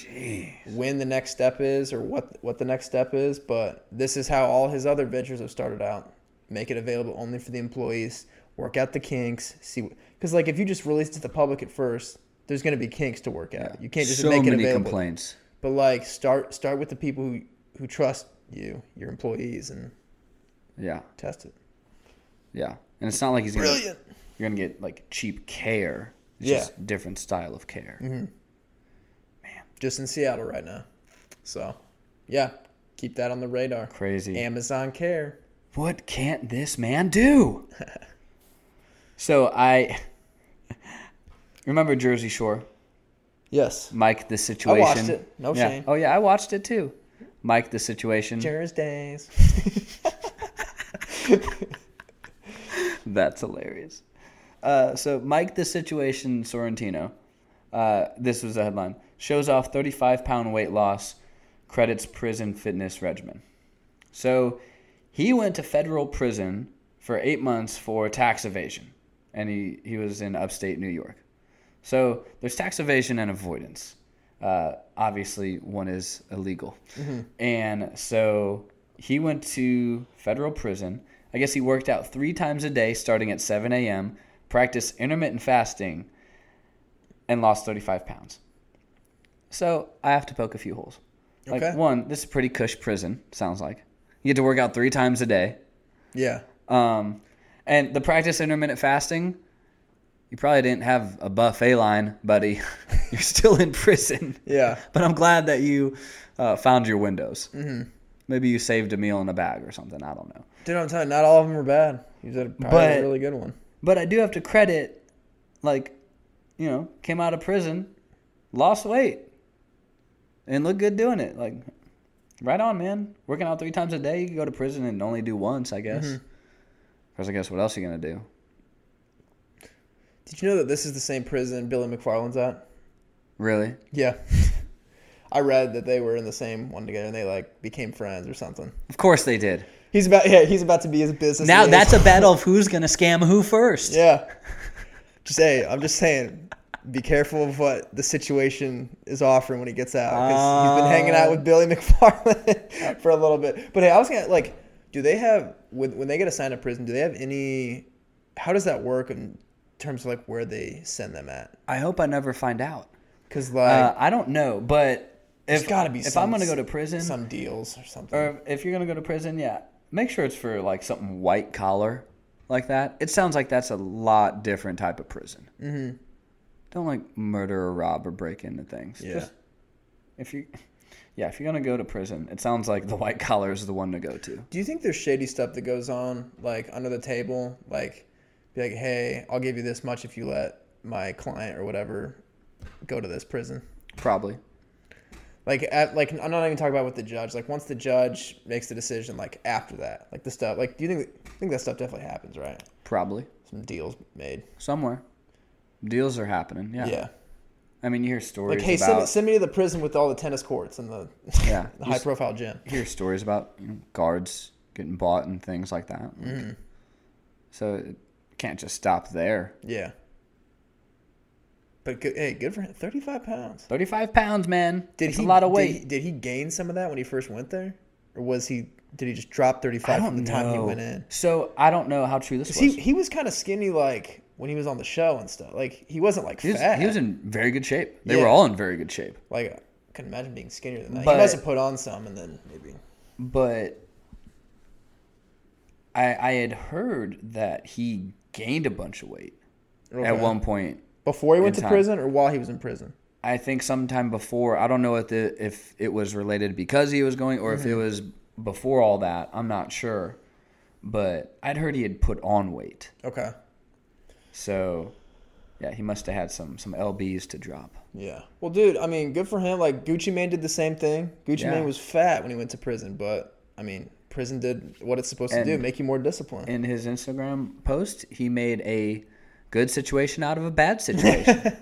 S2: when the next step is or what what the next step is, but this is how all his other ventures have started out. Make it available only for the employees. Work out the kinks. See, because like if you just release it to the public at first, there's gonna be kinks to work out. You can't just
S1: so
S2: make it
S1: many
S2: available.
S1: complaints.
S2: But like start start with the people who who trust you, your employees, and
S1: Yeah,
S2: test it.
S1: yeah. And it's not like he's gonna,
S2: Brilliant.
S1: You're gonna get like cheap care. It's
S2: Yeah. Mm-hmm.
S1: just different style of care.
S2: Just in Seattle right now. So, yeah, keep that on the radar.
S1: Crazy.
S2: Amazon Care.
S1: what can't this man do? so I remember Jersey Shore.
S2: Yes.
S1: Mike the Situation.
S2: it. No
S1: yeah.
S2: shame.
S1: Oh yeah, I watched it too. Mike the Situation.
S2: Thursdays.
S1: That's hilarious. Uh, so Mike the Situation Sorrentino. Uh, this was the headline. Shows off 35 pound weight loss, credits prison fitness regimen. So he went to federal prison for eight months for tax evasion, and he, he was in upstate New York. So there's tax evasion and avoidance. Uh, obviously, one is illegal. And so he went to federal prison. I guess he worked out three times a day starting at 7 a.m., practiced intermittent fasting, and lost 35 pounds. So I have to poke a few holes. Like,
S2: Okay.
S1: one, this is a pretty cush prison, sounds like. You get to work out three times a day.
S2: Yeah.
S1: Um, and the practice intermittent fasting, you probably didn't have a buffet line, buddy. You're still in prison.
S2: Yeah.
S1: But I'm glad that you uh, found your windows. Mm-hmm. Maybe you saved a meal in a bag or something. I don't know.
S2: Dude, I'm telling you, not all of them are bad. He was at a, probably
S1: But-
S2: a really good one.
S1: But I do have to credit, like, you know, came out of prison, lost weight and look good doing it. Like, right on, man. Working out three times a day, you could go to prison and only do once, I guess. Because I guess what else are you gonna do?
S2: Did you know that this is the same prison Billy McFarland's at?
S1: Really?
S2: Yeah. I read that they were in the same one together and they like became friends or something.
S1: Of course they did.
S2: He's about yeah, he's about to be his business.
S1: Now
S2: liaison.
S1: that's a battle of who's gonna scam who first.
S2: Yeah. Just hey, I'm just saying, be careful of what the situation is offering when he gets out. Because he's been hanging out with Billy McFarland for a little bit. But hey, I was gonna like, do they have when when they get assigned to prison? Do they have any? How does that work in terms of like where they send them at?
S1: I hope I never find out.
S2: Because like,
S1: Uh, I don't know, but
S2: there's
S1: if
S2: gotta be
S1: if
S2: some,
S1: I'm gonna go to prison,
S2: some deals or something.
S1: or if you're gonna go to prison, yeah, make sure it's for like something white collar like that. It sounds like that's a lot different type of prison. Mm-hmm. Don't like murder or rob or break into things.
S2: yeah.
S1: Just- if you, yeah, if you're gonna go to prison, it sounds like the white collar is the one to go to.
S2: Do you think there's shady stuff that goes on, like under the table? Like, be like, hey, I'll give you this much if you let my client or whatever go to this prison.
S1: Probably.
S2: Like, at, like I'm not even talking about with the judge. Like, once the judge makes the decision, like after that, like the stuff. Like, do you think I think that stuff definitely happens, right?
S1: Probably.
S2: Some deals made.
S1: Somewhere. Deals are happening. Yeah.
S2: Yeah.
S1: I mean, you hear stories
S2: Like, hey, send, me-
S1: about
S2: send me to the prison with all the tennis courts and the,
S1: Yeah.
S2: the high profile gym.
S1: you hear stories about you know, guards getting bought and things like that. Like,
S2: Mm.
S1: So it can't just stop there.
S2: Yeah. But good, hey, good for him. 35 pounds.
S1: Thirty-five pounds, man.
S2: Did
S1: That's
S2: he
S1: a lot of
S2: did
S1: weight.
S2: he- Did, he gain some of that when he first went there, or was he? Did he just drop thirty
S1: I
S2: five
S1: don't
S2: from the
S1: know.
S2: time he went in?
S1: So I don't know how true this was.
S2: 'Cause he he was kind of skinny like when he was on the show and stuff. Like he wasn't like
S1: He was,
S2: fat.
S1: he was in very good shape. They
S2: Yeah.
S1: were all in very good shape.
S2: like I couldn't imagine being skinnier than that.
S1: But-
S2: he must have put on some and then maybe.
S1: But I I had heard that he gained a bunch of weight at
S2: Okay.
S1: one point.
S2: before he went
S1: in
S2: to
S1: time.
S2: prison or while he was in prison.
S1: I think sometime before. I don't know if the, if it was related because he was going or if it was before all that. I'm not sure. But I'd heard he had put on weight.
S2: Okay.
S1: So yeah, he must have had some some lbs to drop.
S2: Yeah. Well, dude, I mean, good for him. Like Gucci Mane did the same thing. Gucci
S1: Yeah.
S2: Mane was fat when he went to prison, but I mean, prison did what it's supposed
S1: And-
S2: to do, make you more disciplined.
S1: in his Instagram post, he made a good situation out of a bad situation.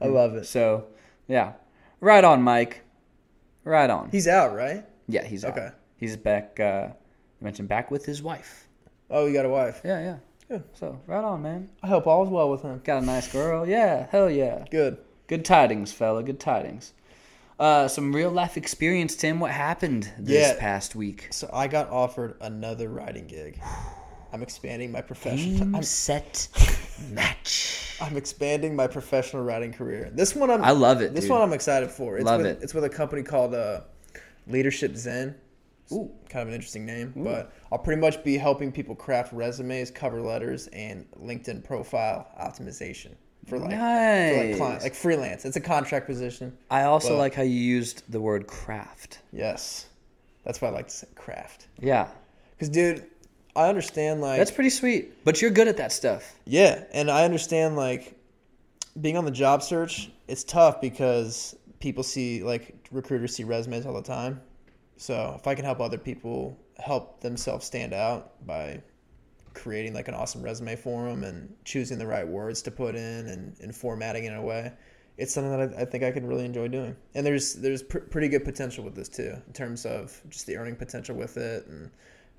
S2: I love it.
S1: so, yeah. Right on, Mike. Right on.
S2: He's out, right?
S1: yeah, he's out.
S2: Okay.
S1: He's back, uh, you mentioned back with his wife.
S2: Oh, you got a wife.
S1: Yeah, yeah.
S2: Good.
S1: So, right on, man.
S2: I hope all is well with him.
S1: Got a nice girl. Yeah, hell yeah.
S2: Good.
S1: Good tidings, fella. Good tidings. Uh, some real life experience, Tim. What happened this
S2: Yeah.
S1: past week?
S2: So I got offered another writing gig. I'm expanding my profession.
S1: Game,
S2: I'm,
S1: set, match.
S2: I'm expanding my professional writing career. This one I'm
S1: I love it,
S2: This
S1: dude.
S2: one I'm excited for. It's
S1: Love
S2: with,
S1: it.
S2: It's with a company called uh, Leadership Zen. It's
S1: Ooh.
S2: Kind of an interesting name, but I'll pretty much be helping people craft resumes, cover letters, and LinkedIn profile optimization for like, for like,
S1: Nice.
S2: client, like freelance. It's a contract position.
S1: I also
S2: Well-
S1: like how you used the word craft.
S2: Yes, that's why I like to say craft.
S1: Yeah.
S2: Because, dude, I understand like
S1: That's pretty sweet. But you're good at that stuff.
S2: Yeah, and I understand like being on the job search, it's tough because people see like recruiters see resumes all the time. So if I can help other people help themselves stand out by creating like an awesome resume for them and choosing the right words to put in and, and formatting it in a way, it's something that I, I think I could really enjoy doing. And there's there's pr- pretty good potential with this too in terms of just the earning potential with it and.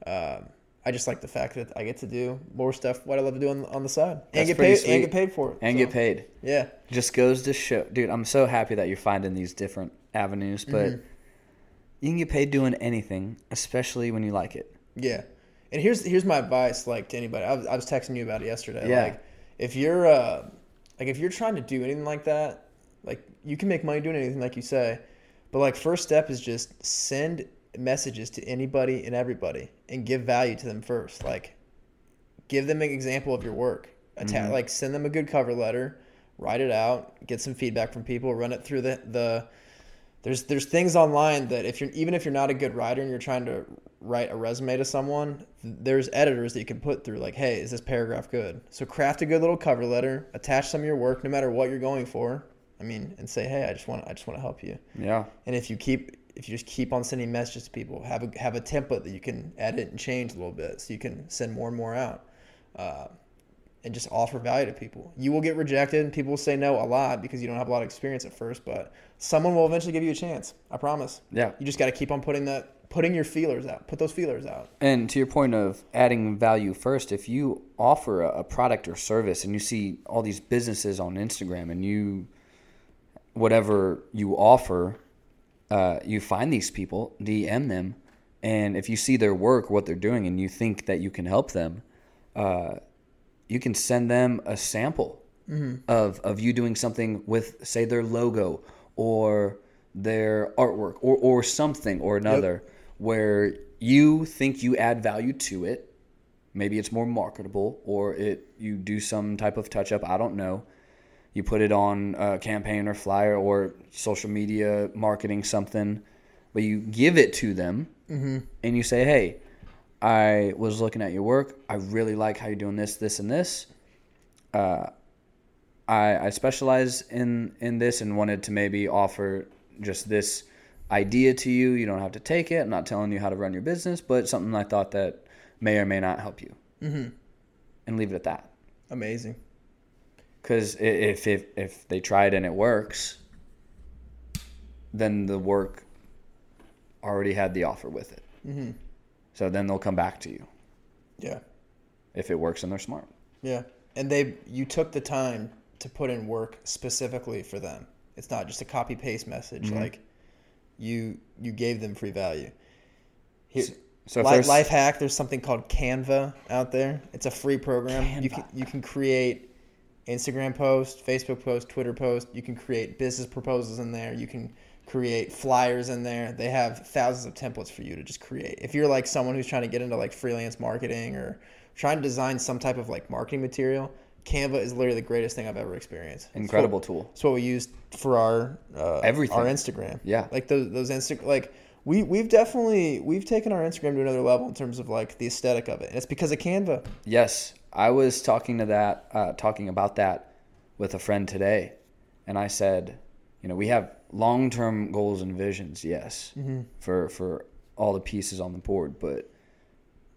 S2: Um, I just like the fact that I get to do more stuff what I love to do on, on the side and
S1: That's
S2: get
S1: pretty
S2: paid and
S1: sweet.
S2: get paid for it
S1: And
S2: so,
S1: get paid.
S2: Yeah,
S1: Just goes to show. Dude, I'm so happy that you're finding these different avenues, but
S2: Mm-hmm.
S1: you can get paid doing anything, especially when you like it.
S2: yeah. And here's here's my advice, like to anybody. I was, I was texting you about it yesterday.
S1: Yeah.
S2: Like if you're uh, like if you're trying to do anything like that, like you can make money doing anything, like you say. But like first step is just send messages to anybody and everybody and give value to them first. Like give them an example of your work. Atta- Like send them a good cover letter, write it out, get some feedback from people, run it through the the. There's there's things online that if you're even if you're not a good writer and you're trying to write a resume to someone, there's editors that you can put through like, hey, is this paragraph good? So craft a good little cover letter, attach some of your work, no matter what you're going for, I mean, and say, hey, I just want I just want to help you.
S1: Yeah.
S2: And if you keep if you just keep on sending messages to people, have a have a template that you can edit and change a little bit, so you can send more and more out, uh, and just offer value to people. You will get rejected, and people will say no a lot because you don't have a lot of experience at first, but someone will eventually give you a chance. I promise.
S1: Yeah.
S2: You just got to keep on putting that putting your feelers out. Put those feelers out.
S1: And to your point of adding value first, if you offer a, a product or service and you see all these businesses on Instagram and you, whatever you offer, uh, you find these people, DM them, and if you see their work, what they're doing, and you think that you can help them, uh, you can send them a sample of of you doing something with, say, their logo or their artwork or or something or another where you think you add value to it. Maybe it's more marketable, or it you do some type of touch up. I don't know you put it on a campaign or flyer or social media marketing something but you give it to them and you say hey i was looking at your work i really like how you're doing this this and this uh, I, I specialize in in this and wanted to maybe offer just this idea to you you don't have to take it i'm not telling you how to run your business but something i thought that may or may not help you mm-hmm. and leave it at that
S2: Amazing.
S1: because if, if if they try it and it works, then the work already had the offer with it. Mm-hmm. So then they'll come back to you
S2: Yeah.
S1: if it works and they're smart.
S2: Yeah. And they you took the time to put in work specifically for them. It's not just a copy paste message like you you gave them free value. Here,
S1: so if
S2: li-
S1: there's-
S2: life hack there's something called Canva out there. It's a free program. You can
S1: Canva.
S2: you can create Instagram posts, Facebook posts, Twitter posts. You can create business proposals in there. You can create flyers in there. They have thousands of templates for you to just create. If you're like someone who's trying to get into like freelance marketing or trying to design some type of like marketing material, Canva is literally the greatest thing I've ever experienced. It's what-
S1: Incredible tool.
S2: It's what we used for our uh,
S1: Everything.
S2: our Instagram.
S1: Yeah.
S2: like those those Insta like. We, we've definitely we've taken our instagram to another level in terms of like the aesthetic of it and it's because of canva
S1: Yes, I was talking to that, uh, talking about that with a friend today, and I said, you know, we have long-term goals and visions, yes,
S2: Mm-hmm.
S1: for for all the pieces on the board, but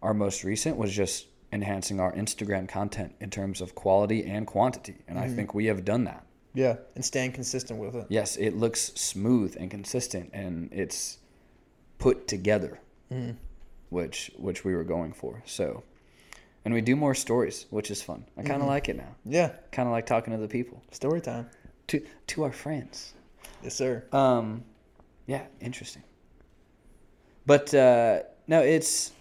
S1: our most recent was just enhancing our Instagram content in terms of quality and quantity, and
S2: Mm-hmm.
S1: I think we have done that.
S2: yeah and staying consistent with it
S1: Yes, it looks smooth and consistent, and it's put together, which which we were going for. So, and we do more stories, which is fun. I kind of like it now.
S2: yeah
S1: Kind of like talking to the people,
S2: story time
S1: to to our friends.
S2: yes sir
S1: Um, yeah, interesting. But uh, no, it's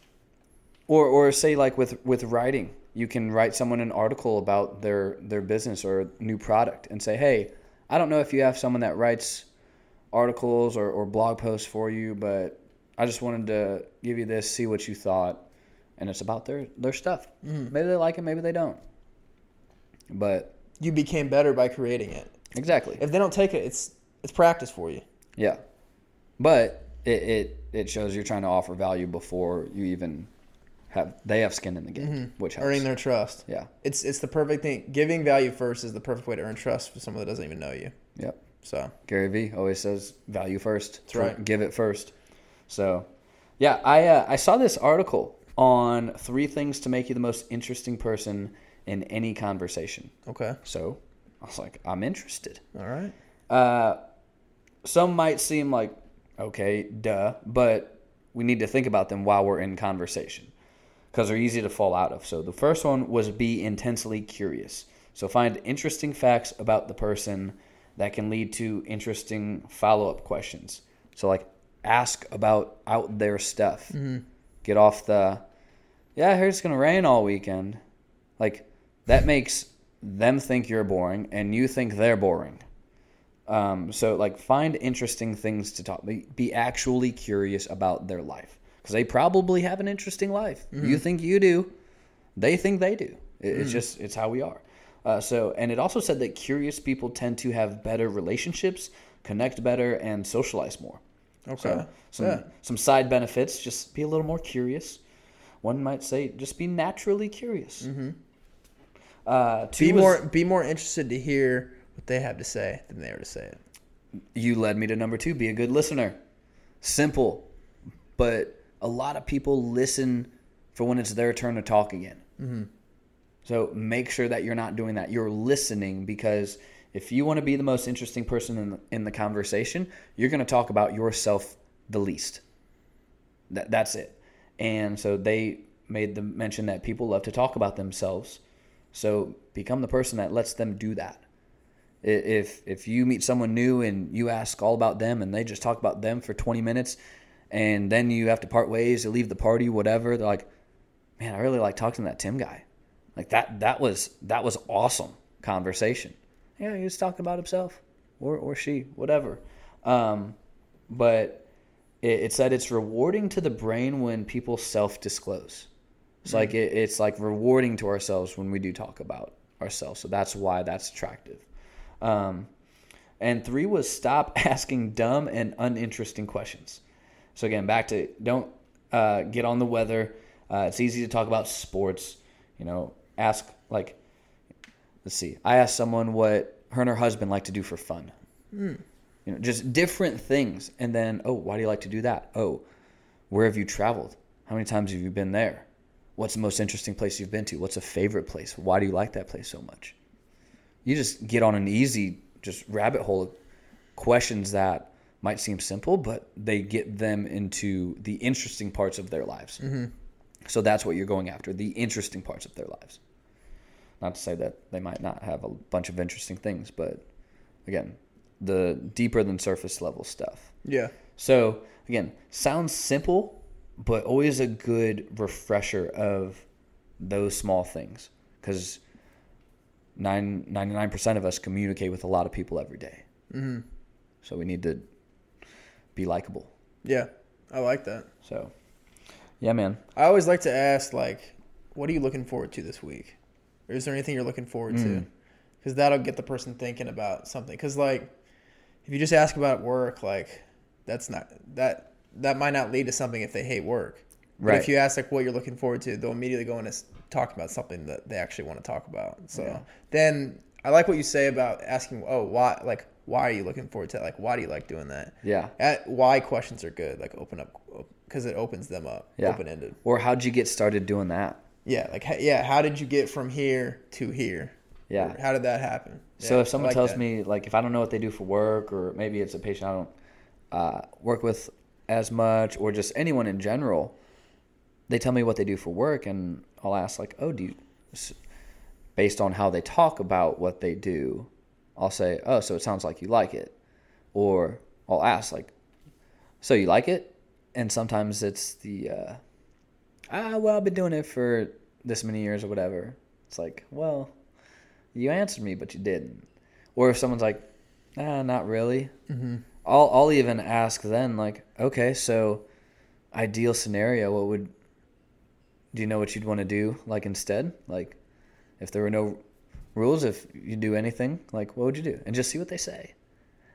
S1: or or say like with with writing, you can write someone an article about their their business or new product and say, hey, I don't know if you have someone that writes articles or, or blog posts for you, but I just wanted to give you this, see what you thought, and it's about their their stuff. Maybe they like it, maybe they don't. But
S2: you became better by creating it.
S1: exactly,
S2: If they don't take it, it's it's practice for you.
S1: Yeah, but it, it it shows you're trying to offer value before you even have they have skin in the game, which helps.
S2: Earning their trust.
S1: yeah,
S2: It's it's the perfect thing. Giving value first is the perfect way to earn trust for someone that doesn't even know you.
S1: yep.
S2: So
S1: Gary Vee always says value first. That's
S2: right.
S1: Give it first. So, yeah, I uh, I saw this article on three things to make you the most interesting person in any conversation.
S2: okay.
S1: So I was like, I'm interested.
S2: All right.
S1: some might seem like okay duh but we need to think about them while we're in conversation because they're easy to fall out of so the first one was be intensely curious so find interesting facts about the person that can lead to interesting follow-up questions so like ask about out their stuff get off the yeah here it's gonna rain all weekend like that makes them think you're boring and you think they're boring um, so like find interesting things to talk. Be, be actually curious about their life because they probably have an interesting life. You think you do, they think they do. It, It's just it's how we are. Uh, so and it also said that curious people tend to have better relationships, connect better, and socialize more.
S2: Okay.
S1: So mm, some some side benefits. Just be a little more curious. One might say just be naturally curious. Mm-hmm. Uh, two
S2: be
S1: was-
S2: more be more interested to hear what they have to say than they are to say it.
S1: You led me to number two be a good listener. Simple, but a lot of people listen for when it's their turn to talk again. So make sure that you're not doing that. You're listening because if you want to be the most interesting person in the, in the conversation, you're going to talk about yourself the least. That, that's it. And so they made the mention that people love to talk about themselves. So become the person that lets them do that. I- If if you meet someone new and you ask all about them and they just talk about them for 20 minutes and then you have to part ways, you leave the party, whatever, they're like, "Man, I really like talking to that Tim guy." Like that that was that was awesome conversation. Yeah, he was talking about himself or or she, whatever. Um, but it, it said it's rewarding to the brain when people self-disclose. It's like it, it's like rewarding to ourselves when we do talk about ourselves. So that's why that's attractive. Um, and three was stop asking dumb and uninteresting questions. So again, back to don't uh, get on the weather. Uh, it's easy to talk about sports. You know, ask like, let's see. I asked someone what her and her husband like to do for fun. You know, just different things. And then, oh, why do you like to do that? Oh, where have you traveled? How many times have you been there? What's the most interesting place you've been to? What's a favorite place? Why do you like that place so much? You just get on an easy, just rabbit hole of questions that might seem simple, but they get them into the interesting parts of their lives. So that's what you're going after the interesting parts of their lives. Not to say that they might not have a bunch of interesting things, but again, the deeper than surface level stuff.
S2: Yeah.
S1: So again, sounds simple, but always a good refresher of those small things because 99% of us communicate with a lot of people every day. So we need to be likable.
S2: Yeah. I like that.
S1: So, yeah, man.
S2: I always like to ask, like, what are you looking forward to this week? Or is there anything you're looking forward
S1: Mm.
S2: to? Because that'll get the person thinking about something. Because like, if you just ask about work, like, that's not that that might not lead to something if they hate work. But
S1: Right.
S2: if you ask like what you're looking forward to, they'll immediately go into s- talking about something that they actually want to talk about. So then I like what you say about asking, oh, why? Like, why are you looking forward to that? Like, why do you like doing that?
S1: Yeah.
S2: At, why questions are good. Like, open up because it opens them up.
S1: Yeah.
S2: Open ended.
S1: Or how'd you get started doing that?
S2: Yeah, like h- yeah, how did you get from here to here?
S1: Yeah.
S2: Or how did that happen?
S1: So
S2: Yeah,
S1: if someone
S2: I like
S1: tells
S2: that.
S1: me like if I don't know what they do for work or maybe it's a patient I don't uh, work with as much or just anyone in general, they tell me what they do for work and I'll ask like, oh, do you, s- based on how they talk about what they do, I'll say, oh, so it sounds like you like it, or I'll ask like, so you like it, and sometimes it's the uh, ah well I've been doing it for this many years or whatever. It's like well you answered me, but you didn't. Or if someone's like, nah, not really. Mm-hmm. I'll I'll even ask then, like, okay, so ideal scenario, what would do you know what you'd want to do? Like instead, like if there were no rules, if you do anything, like what would you do? And just see what they say,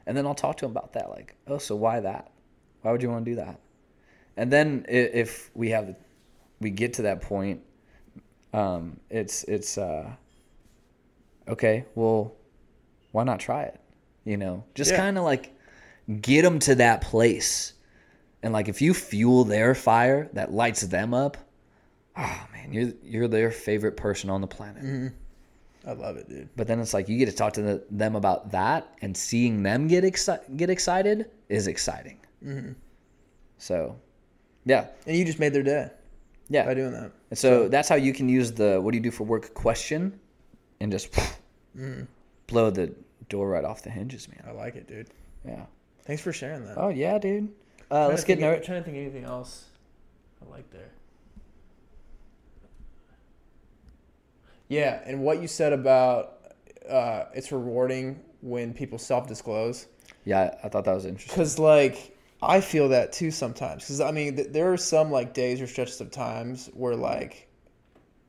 S1: and then I'll talk to them about that. Like, oh, so why that? Why would you want to do that? And then i- if we have we get to that point, um, it's it's. Uh, okay, well, why not try it? You know, just
S2: Yeah.
S1: kind of like get them to that place. And like if you fuel their fire that lights them up, oh man, you're you're their favorite person on the planet.
S2: I love it, dude.
S1: But then it's like you get to talk to the, them about that, and seeing them get exci- get excited is exciting. So, yeah,
S2: And you just made their day
S1: yeah.
S2: by doing that.
S1: And so that's how you can use the "What do you do for work?" question, and just Mm-hmm. blow the door right off the hinges, man.
S2: I like it, dude.
S1: Yeah.
S2: Thanks for sharing that.
S1: Oh yeah, dude. Uh, let's get
S5: I'm
S1: ner-
S5: trying to think of anything else I like there.
S2: Yeah, and what you said about uh, it's rewarding when people self-disclose.
S1: yeah. I thought that was interesting.
S2: Because like I feel that too sometimes. Because I mean, th- there are some like days or stretches of times where like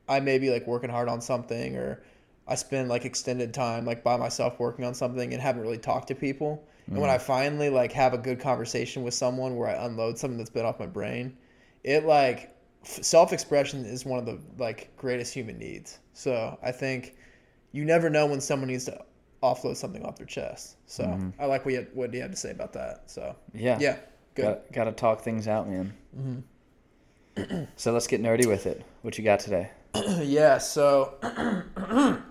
S2: I may be like working hard on something, or I spend like extended time like by myself working on something and haven't really talked to people. And when I finally like have a good conversation with someone where I unload something that's been off my brain, it like f- self-expression is one of the like greatest human needs. So I think you never know when someone needs to offload something off their chest. So I like what he, had, what he had to say about that. So
S1: Yeah.
S2: yeah, good.
S1: Got, got to talk things out, man. so let's get nerdy with it. What you got today?
S2: Yeah, so uh,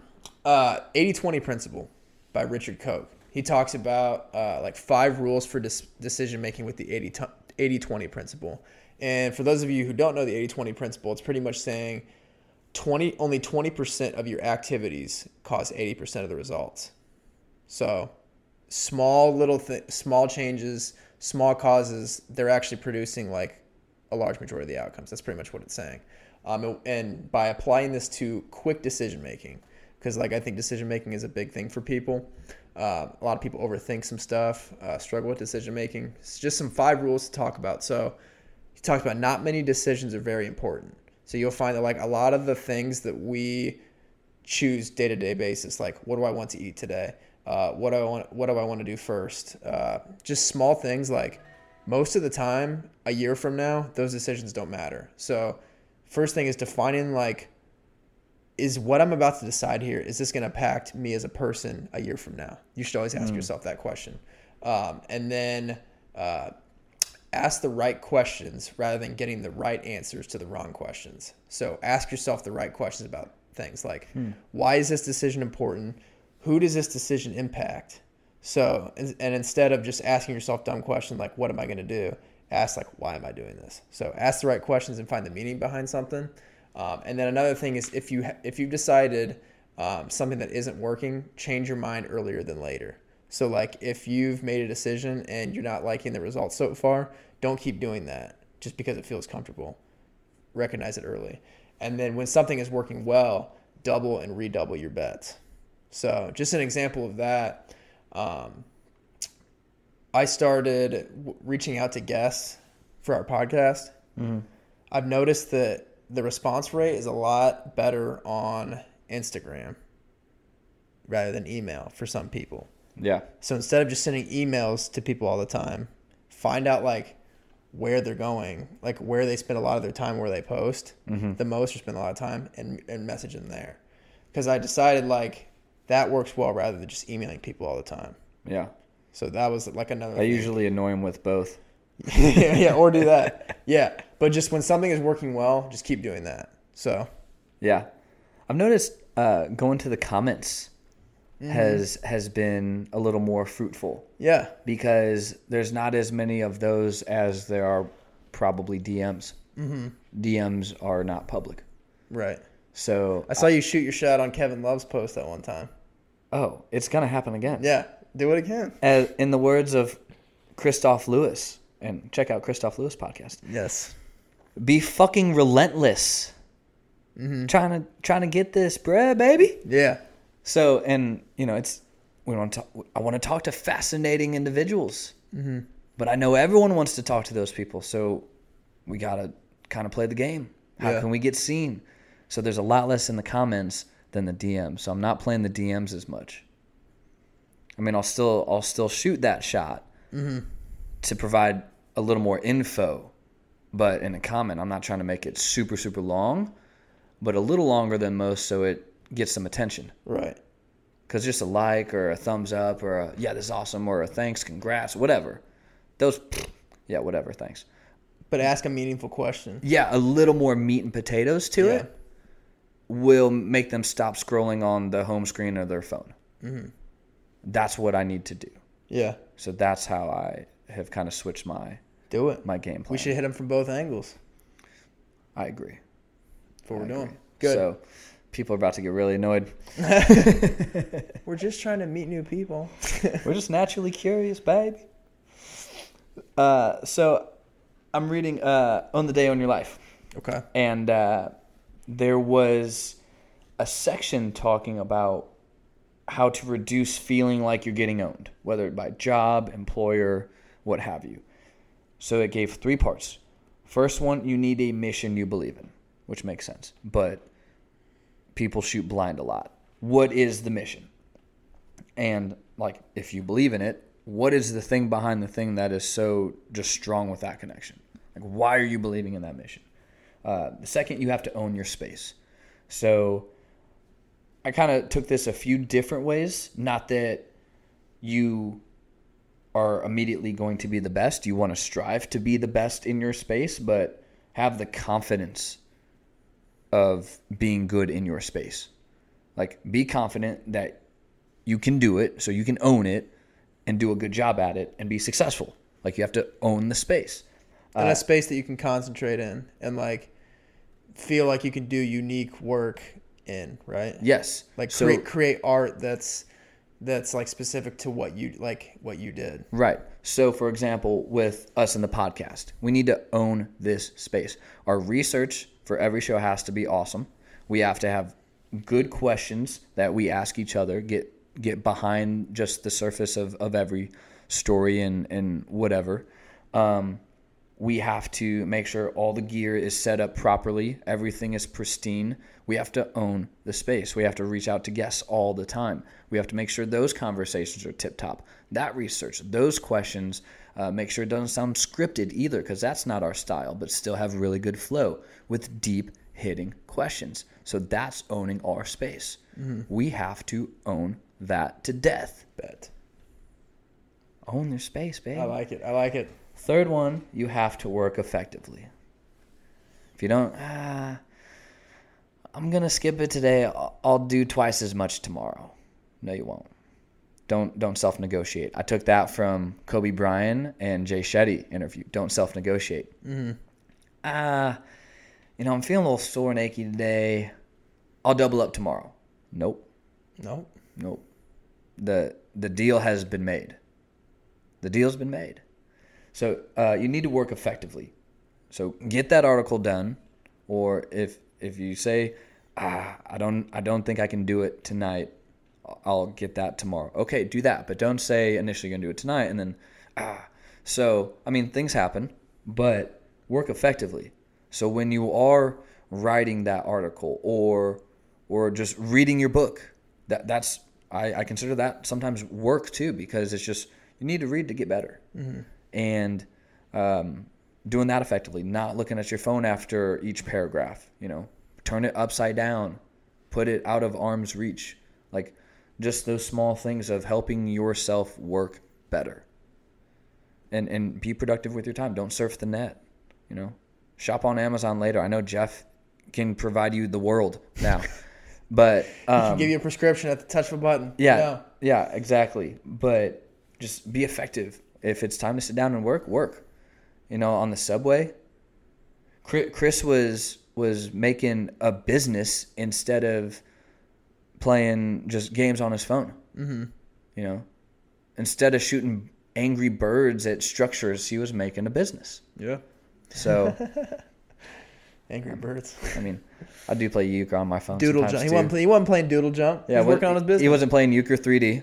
S2: 80-20 principle by Richard Koch. He talks about uh, like five rules for dis- decision making with the 80 to- 80-20 principle. And for those of you who don't know the 80-20 principle, it's pretty much saying 20 only 20% of your activities cause 80% of the results. So small little th- small changes, small causes, they're actually producing like a large majority of the outcomes. That's pretty much what it's saying. Um, and- and by applying this to quick decision making, because like I think decision making is a big thing for people. Uh, a lot of people overthink some stuff, uh, struggle with decision making. It's just some five rules to talk about. So he talked about not many decisions are very important. So you'll find that like a lot of the things that we choose day to day basis. Like, what do I want to eat today? Uh, what do I want? What do I want to do first? Uh, just small things. Like, most of the time, a year from now, those decisions don't matter. So, first thing is defining like, is what I'm about to decide here is this going to impact me as a person a year from now? You should always ask yourself that question, um, and then. Uh, ask the right questions rather than getting the right answers to the wrong questions. So ask yourself the right questions about things like why is this decision important? Who does this decision impact? So and, and instead of just asking yourself dumb questions like what am I going to do? Ask like why am I doing this? So ask the right questions and find the meaning behind something. Um, and then another thing is if you ha- if you've decided um, something that isn't working, change your mind earlier than later. So like if you've made a decision and you're not liking the results so far, don't keep doing that just because it feels comfortable. Recognize it early. And then when something is working well, double and redouble your bets. So just an example of that. Um, I started w- reaching out to guests for our podcast. I've noticed that the response rate is a lot better on Instagram rather than email for some people.
S1: Yeah.
S2: So instead of just sending emails to people all the time, find out like where they're going, like where they spend a lot of their time, where they post the most or spend a lot of time, and and message them there. Because I decided like that works well rather than just emailing people all the time.
S1: Yeah.
S2: So that was like another.
S1: I
S2: thing.
S1: usually annoy him with both.
S2: yeah, yeah, or do that. Yeah, but just when something is working well, just keep doing that. So
S1: Yeah. I've noticed uh, going to the comments
S2: Mm-hmm.
S1: has has been a little more fruitful
S2: yeah,
S1: because there's not as many of those as there are probably DMs. Mm-hmm. DMs are not public.
S2: right.
S1: So,
S2: I saw you shoot your shot on Kevin Love's post that one time.
S1: oh, it's going to happen again.
S2: Yeah, do it again.
S1: As, in the words of Christoph Lewis, and check out Christoph Lewis podcast.
S2: Yes.
S1: Be fucking relentless.
S2: Mm-hmm.
S1: Trying to trying to get this, bruh, baby.
S2: Yeah.
S1: So, and you know, it's we want to. Talk, I want to talk to fascinating individuals, but I know everyone wants to talk to those people. So, we gotta kind of play the game. How
S2: Yeah.
S1: can we get seen? So there's a lot less in the comments than the DMs. So I'm not playing the DMs as much. I mean, I'll still I'll still shoot that shot to provide a little more info, but in a comment, I'm not trying to make it super super long, but a little longer than most, so it gets some attention.
S2: Right.
S1: Because just a like or a thumbs up or a, yeah, this is awesome or a thanks, congrats, whatever. Those, yeah, whatever, thanks.
S2: But ask a meaningful question.
S1: Yeah, a little more meat and potatoes to
S2: Yeah.
S1: it will make them stop scrolling on the home screen of their phone.
S2: Mm-hmm.
S1: That's what I need to do.
S2: Yeah.
S1: So that's how I have kind of switched my
S2: Do it.
S1: my game plan.
S2: We should hit them from both angles.
S1: I agree.
S2: That's what we're
S1: I
S2: doing.
S1: agree.
S2: Good.
S1: So people are about to get really annoyed.
S2: We're just trying to meet new people.
S1: We're just naturally curious, baby. Uh, so I'm reading uh, On the Day on Your Life,
S2: okay.
S1: and uh, there was a section talking about how to reduce feeling like you're getting owned, whether by job, employer, what have you. So it gave three parts. First one, you need a mission you believe in, which makes sense, but people shoot blind a lot. What is the mission? And like, if you believe in it, what is the thing behind the thing that is so just strong with that connection? Like, why are you believing in that mission? Uh, the second, you have to own your space. So I kind of took this a few different ways. Not that you are immediately going to be the best. You want to strive to be the best in your space, but have the confidence of being good in your space. Like, be confident that you can do it, so you can own it and do a good job at it and be successful. Like, you have to own the space.
S2: and a space that you can concentrate in and like feel like you can do unique work in, right?
S1: Yes.
S2: Like
S1: So-
S2: create create art that's that's like specific to what you like what you did.
S1: Right. So, for example, with us in the podcast, we need to own this space. Our research for every show has to be awesome. We have to have good questions that we ask each other, get get behind just the surface of, of every story and, and whatever. Um, we have to make sure all the gear is set up properly, everything is pristine. We have to own the space. We have to reach out to guests all the time. We have to make sure those conversations are tip top. That research, those questions, uh, make sure it doesn't sound scripted either, because that's not our style, but still have really good flow with deep hitting questions. So that's owning our space.
S2: Mm-hmm.
S1: We have to own that to death.
S2: Bet.
S1: Own your space, babe.
S2: I like it. I like it.
S1: Third one, you have to work effectively. If you don't, ah, I'm gonna skip it today. I'll, I'll do twice as much tomorrow. No, you won't. Don't don't self-negotiate. I took that from Kobe Bryant and Jay Shetty interview. Don't self-negotiate. Mm-hmm. Ah, you know I'm feeling a little sore and achy today. I'll double up tomorrow. Nope.
S2: Nope.
S1: Nope. The the deal has been made. The deal's been made. So uh, you need to work effectively. So get that article done, or if if you say, ah, I don't I don't think I can do it tonight, I'll get that tomorrow. Okay, do that, but don't say initially you're gonna do it tonight and then ah. So I mean things happen, but work effectively. So when you are writing that article or or just reading your book, that that's I, I consider that sometimes work too because it's just you need to read to get better and um, doing that effectively, not looking at your phone after each paragraph, you know, turn it upside down, put it out of arm's reach. Like just those small things of helping yourself work better. And and be productive with your time. Don't surf the net, you know. Shop on Amazon later. I know Jeff can provide you the world now. but
S2: Can
S1: um,
S2: give you a prescription at the touch of a button.
S1: yeah.
S2: No.
S1: Yeah, exactly. But just be effective. If it's time to sit down and work, work. You know, on the subway, Chri- Chris was was making a business instead of playing just games on his phone. Mm-hmm. You know, instead of shooting angry birds at structures, he was making a business.
S2: Yeah.
S1: So,
S2: Angry Birds.
S1: I mean, I do play euchre on my phone.
S2: Doodle
S1: sometimes
S2: jump. He
S1: too.
S2: wasn't, play, he wasn't playing Doodle jump. Yeah, he was
S1: what-
S2: working on his business.
S1: He wasn't playing euchre 3D.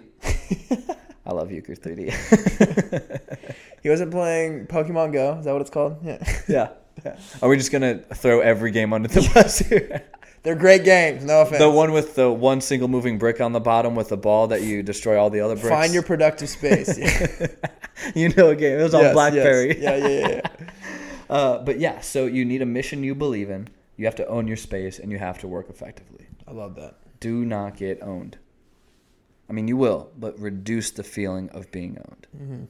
S1: I love euchre 3D.
S2: He wasn't playing Pokemon Go. Is that what it's called? Yeah.
S1: Yeah. Are we just gonna throw every game under the bus here?
S2: They're great games. No offense.
S1: the one with the one single moving brick on the bottom with the ball that you destroy all the other bricks.
S2: Find your productive space. Yeah.
S1: you know a game. It was on
S2: Yes,
S1: BlackBerry.
S2: yes. Yeah, yeah, yeah. yeah.
S1: Uh, but yeah, so you need a mission you believe in. You have to own your space, and you have to work effectively.
S2: I love that.
S1: Do not get owned. I mean, you will, but reduce the feeling of being owned.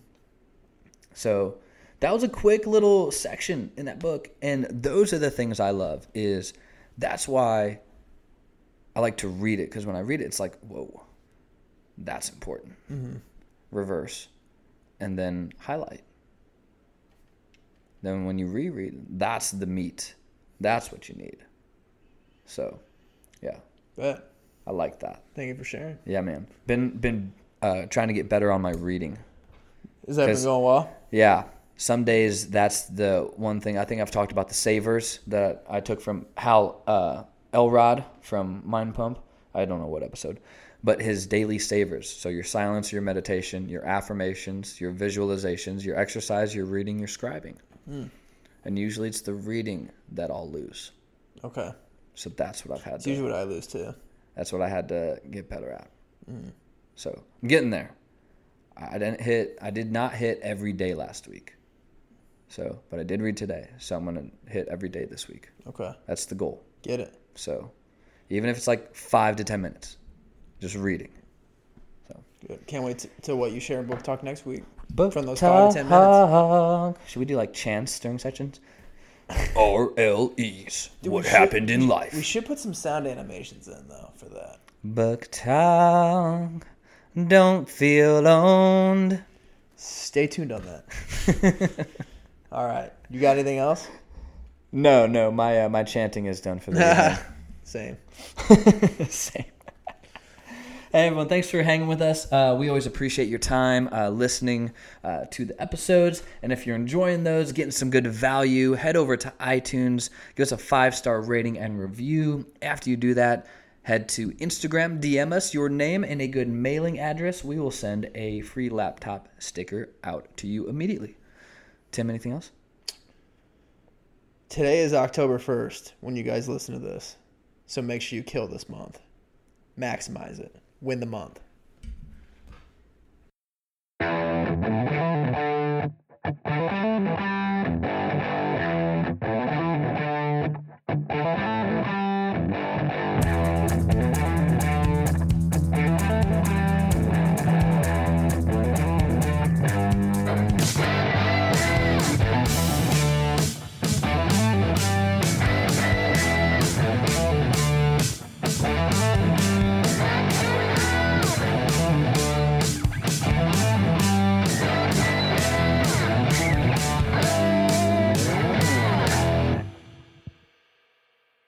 S1: So that was a quick little section in that book, and those are the things I love. Is that's why I like to read it because when I read it, it's like, whoa, that's important. Reverse, and then highlight. Then when you reread, that's the meat. That's what you need. So, yeah,
S2: But
S1: I like that.
S2: thank you for sharing.
S1: Yeah, man. Been been uh, trying to get better on my reading.
S2: Is that been
S1: 'Cause-
S2: going well?
S1: Yeah. Some days that's the one thing I think I've talked about the savers that I took from Hal uh, Elrod from Mind Pump. I don't know what episode, but his daily savers. So your silence, your meditation, your affirmations, your visualizations, your exercise, your reading, your scribing. And usually it's the reading that I'll lose.
S2: Okay.
S1: So that's what I've had.
S2: It's
S1: to-
S2: usually what I lose too.
S1: That's what I had to get better at.
S2: Hmm.
S1: So I'm getting there. I I didn't hit. I did not hit every day last week. So, but I did read today. So I'm gonna hit every day this week.
S2: Okay.
S1: That's the goal.
S2: Get it.
S1: So, even if it's like five to ten minutes, just reading.
S2: Good. Can't wait to, to what you share in book talk next week.
S1: Book
S2: From those five to ten minutes.
S1: talk. Should we do like chants during sections? RLEs. What
S2: should-
S1: happened in
S2: We
S1: life?
S2: should put some sound animations in though for that.
S1: Book talk. Don't feel owned.
S2: Stay tuned on that. All right. You got anything else?
S1: No, no, my uh, my chanting is done for the evening.
S2: Same.
S1: Same. Hey everyone, thanks for hanging with us. Uh, we always appreciate your time uh, listening uh, to the episodes. And if you're enjoying those, getting some good value, head over to iTunes, give us a five star rating and review. After you do that, head to Instagram, DM us your name and a good mailing address. We will send a free laptop sticker out to you immediately. Tim, anything else?
S2: Today is October 1st when you guys listen to this. So make sure you kill this month. Maximize it. Win the month.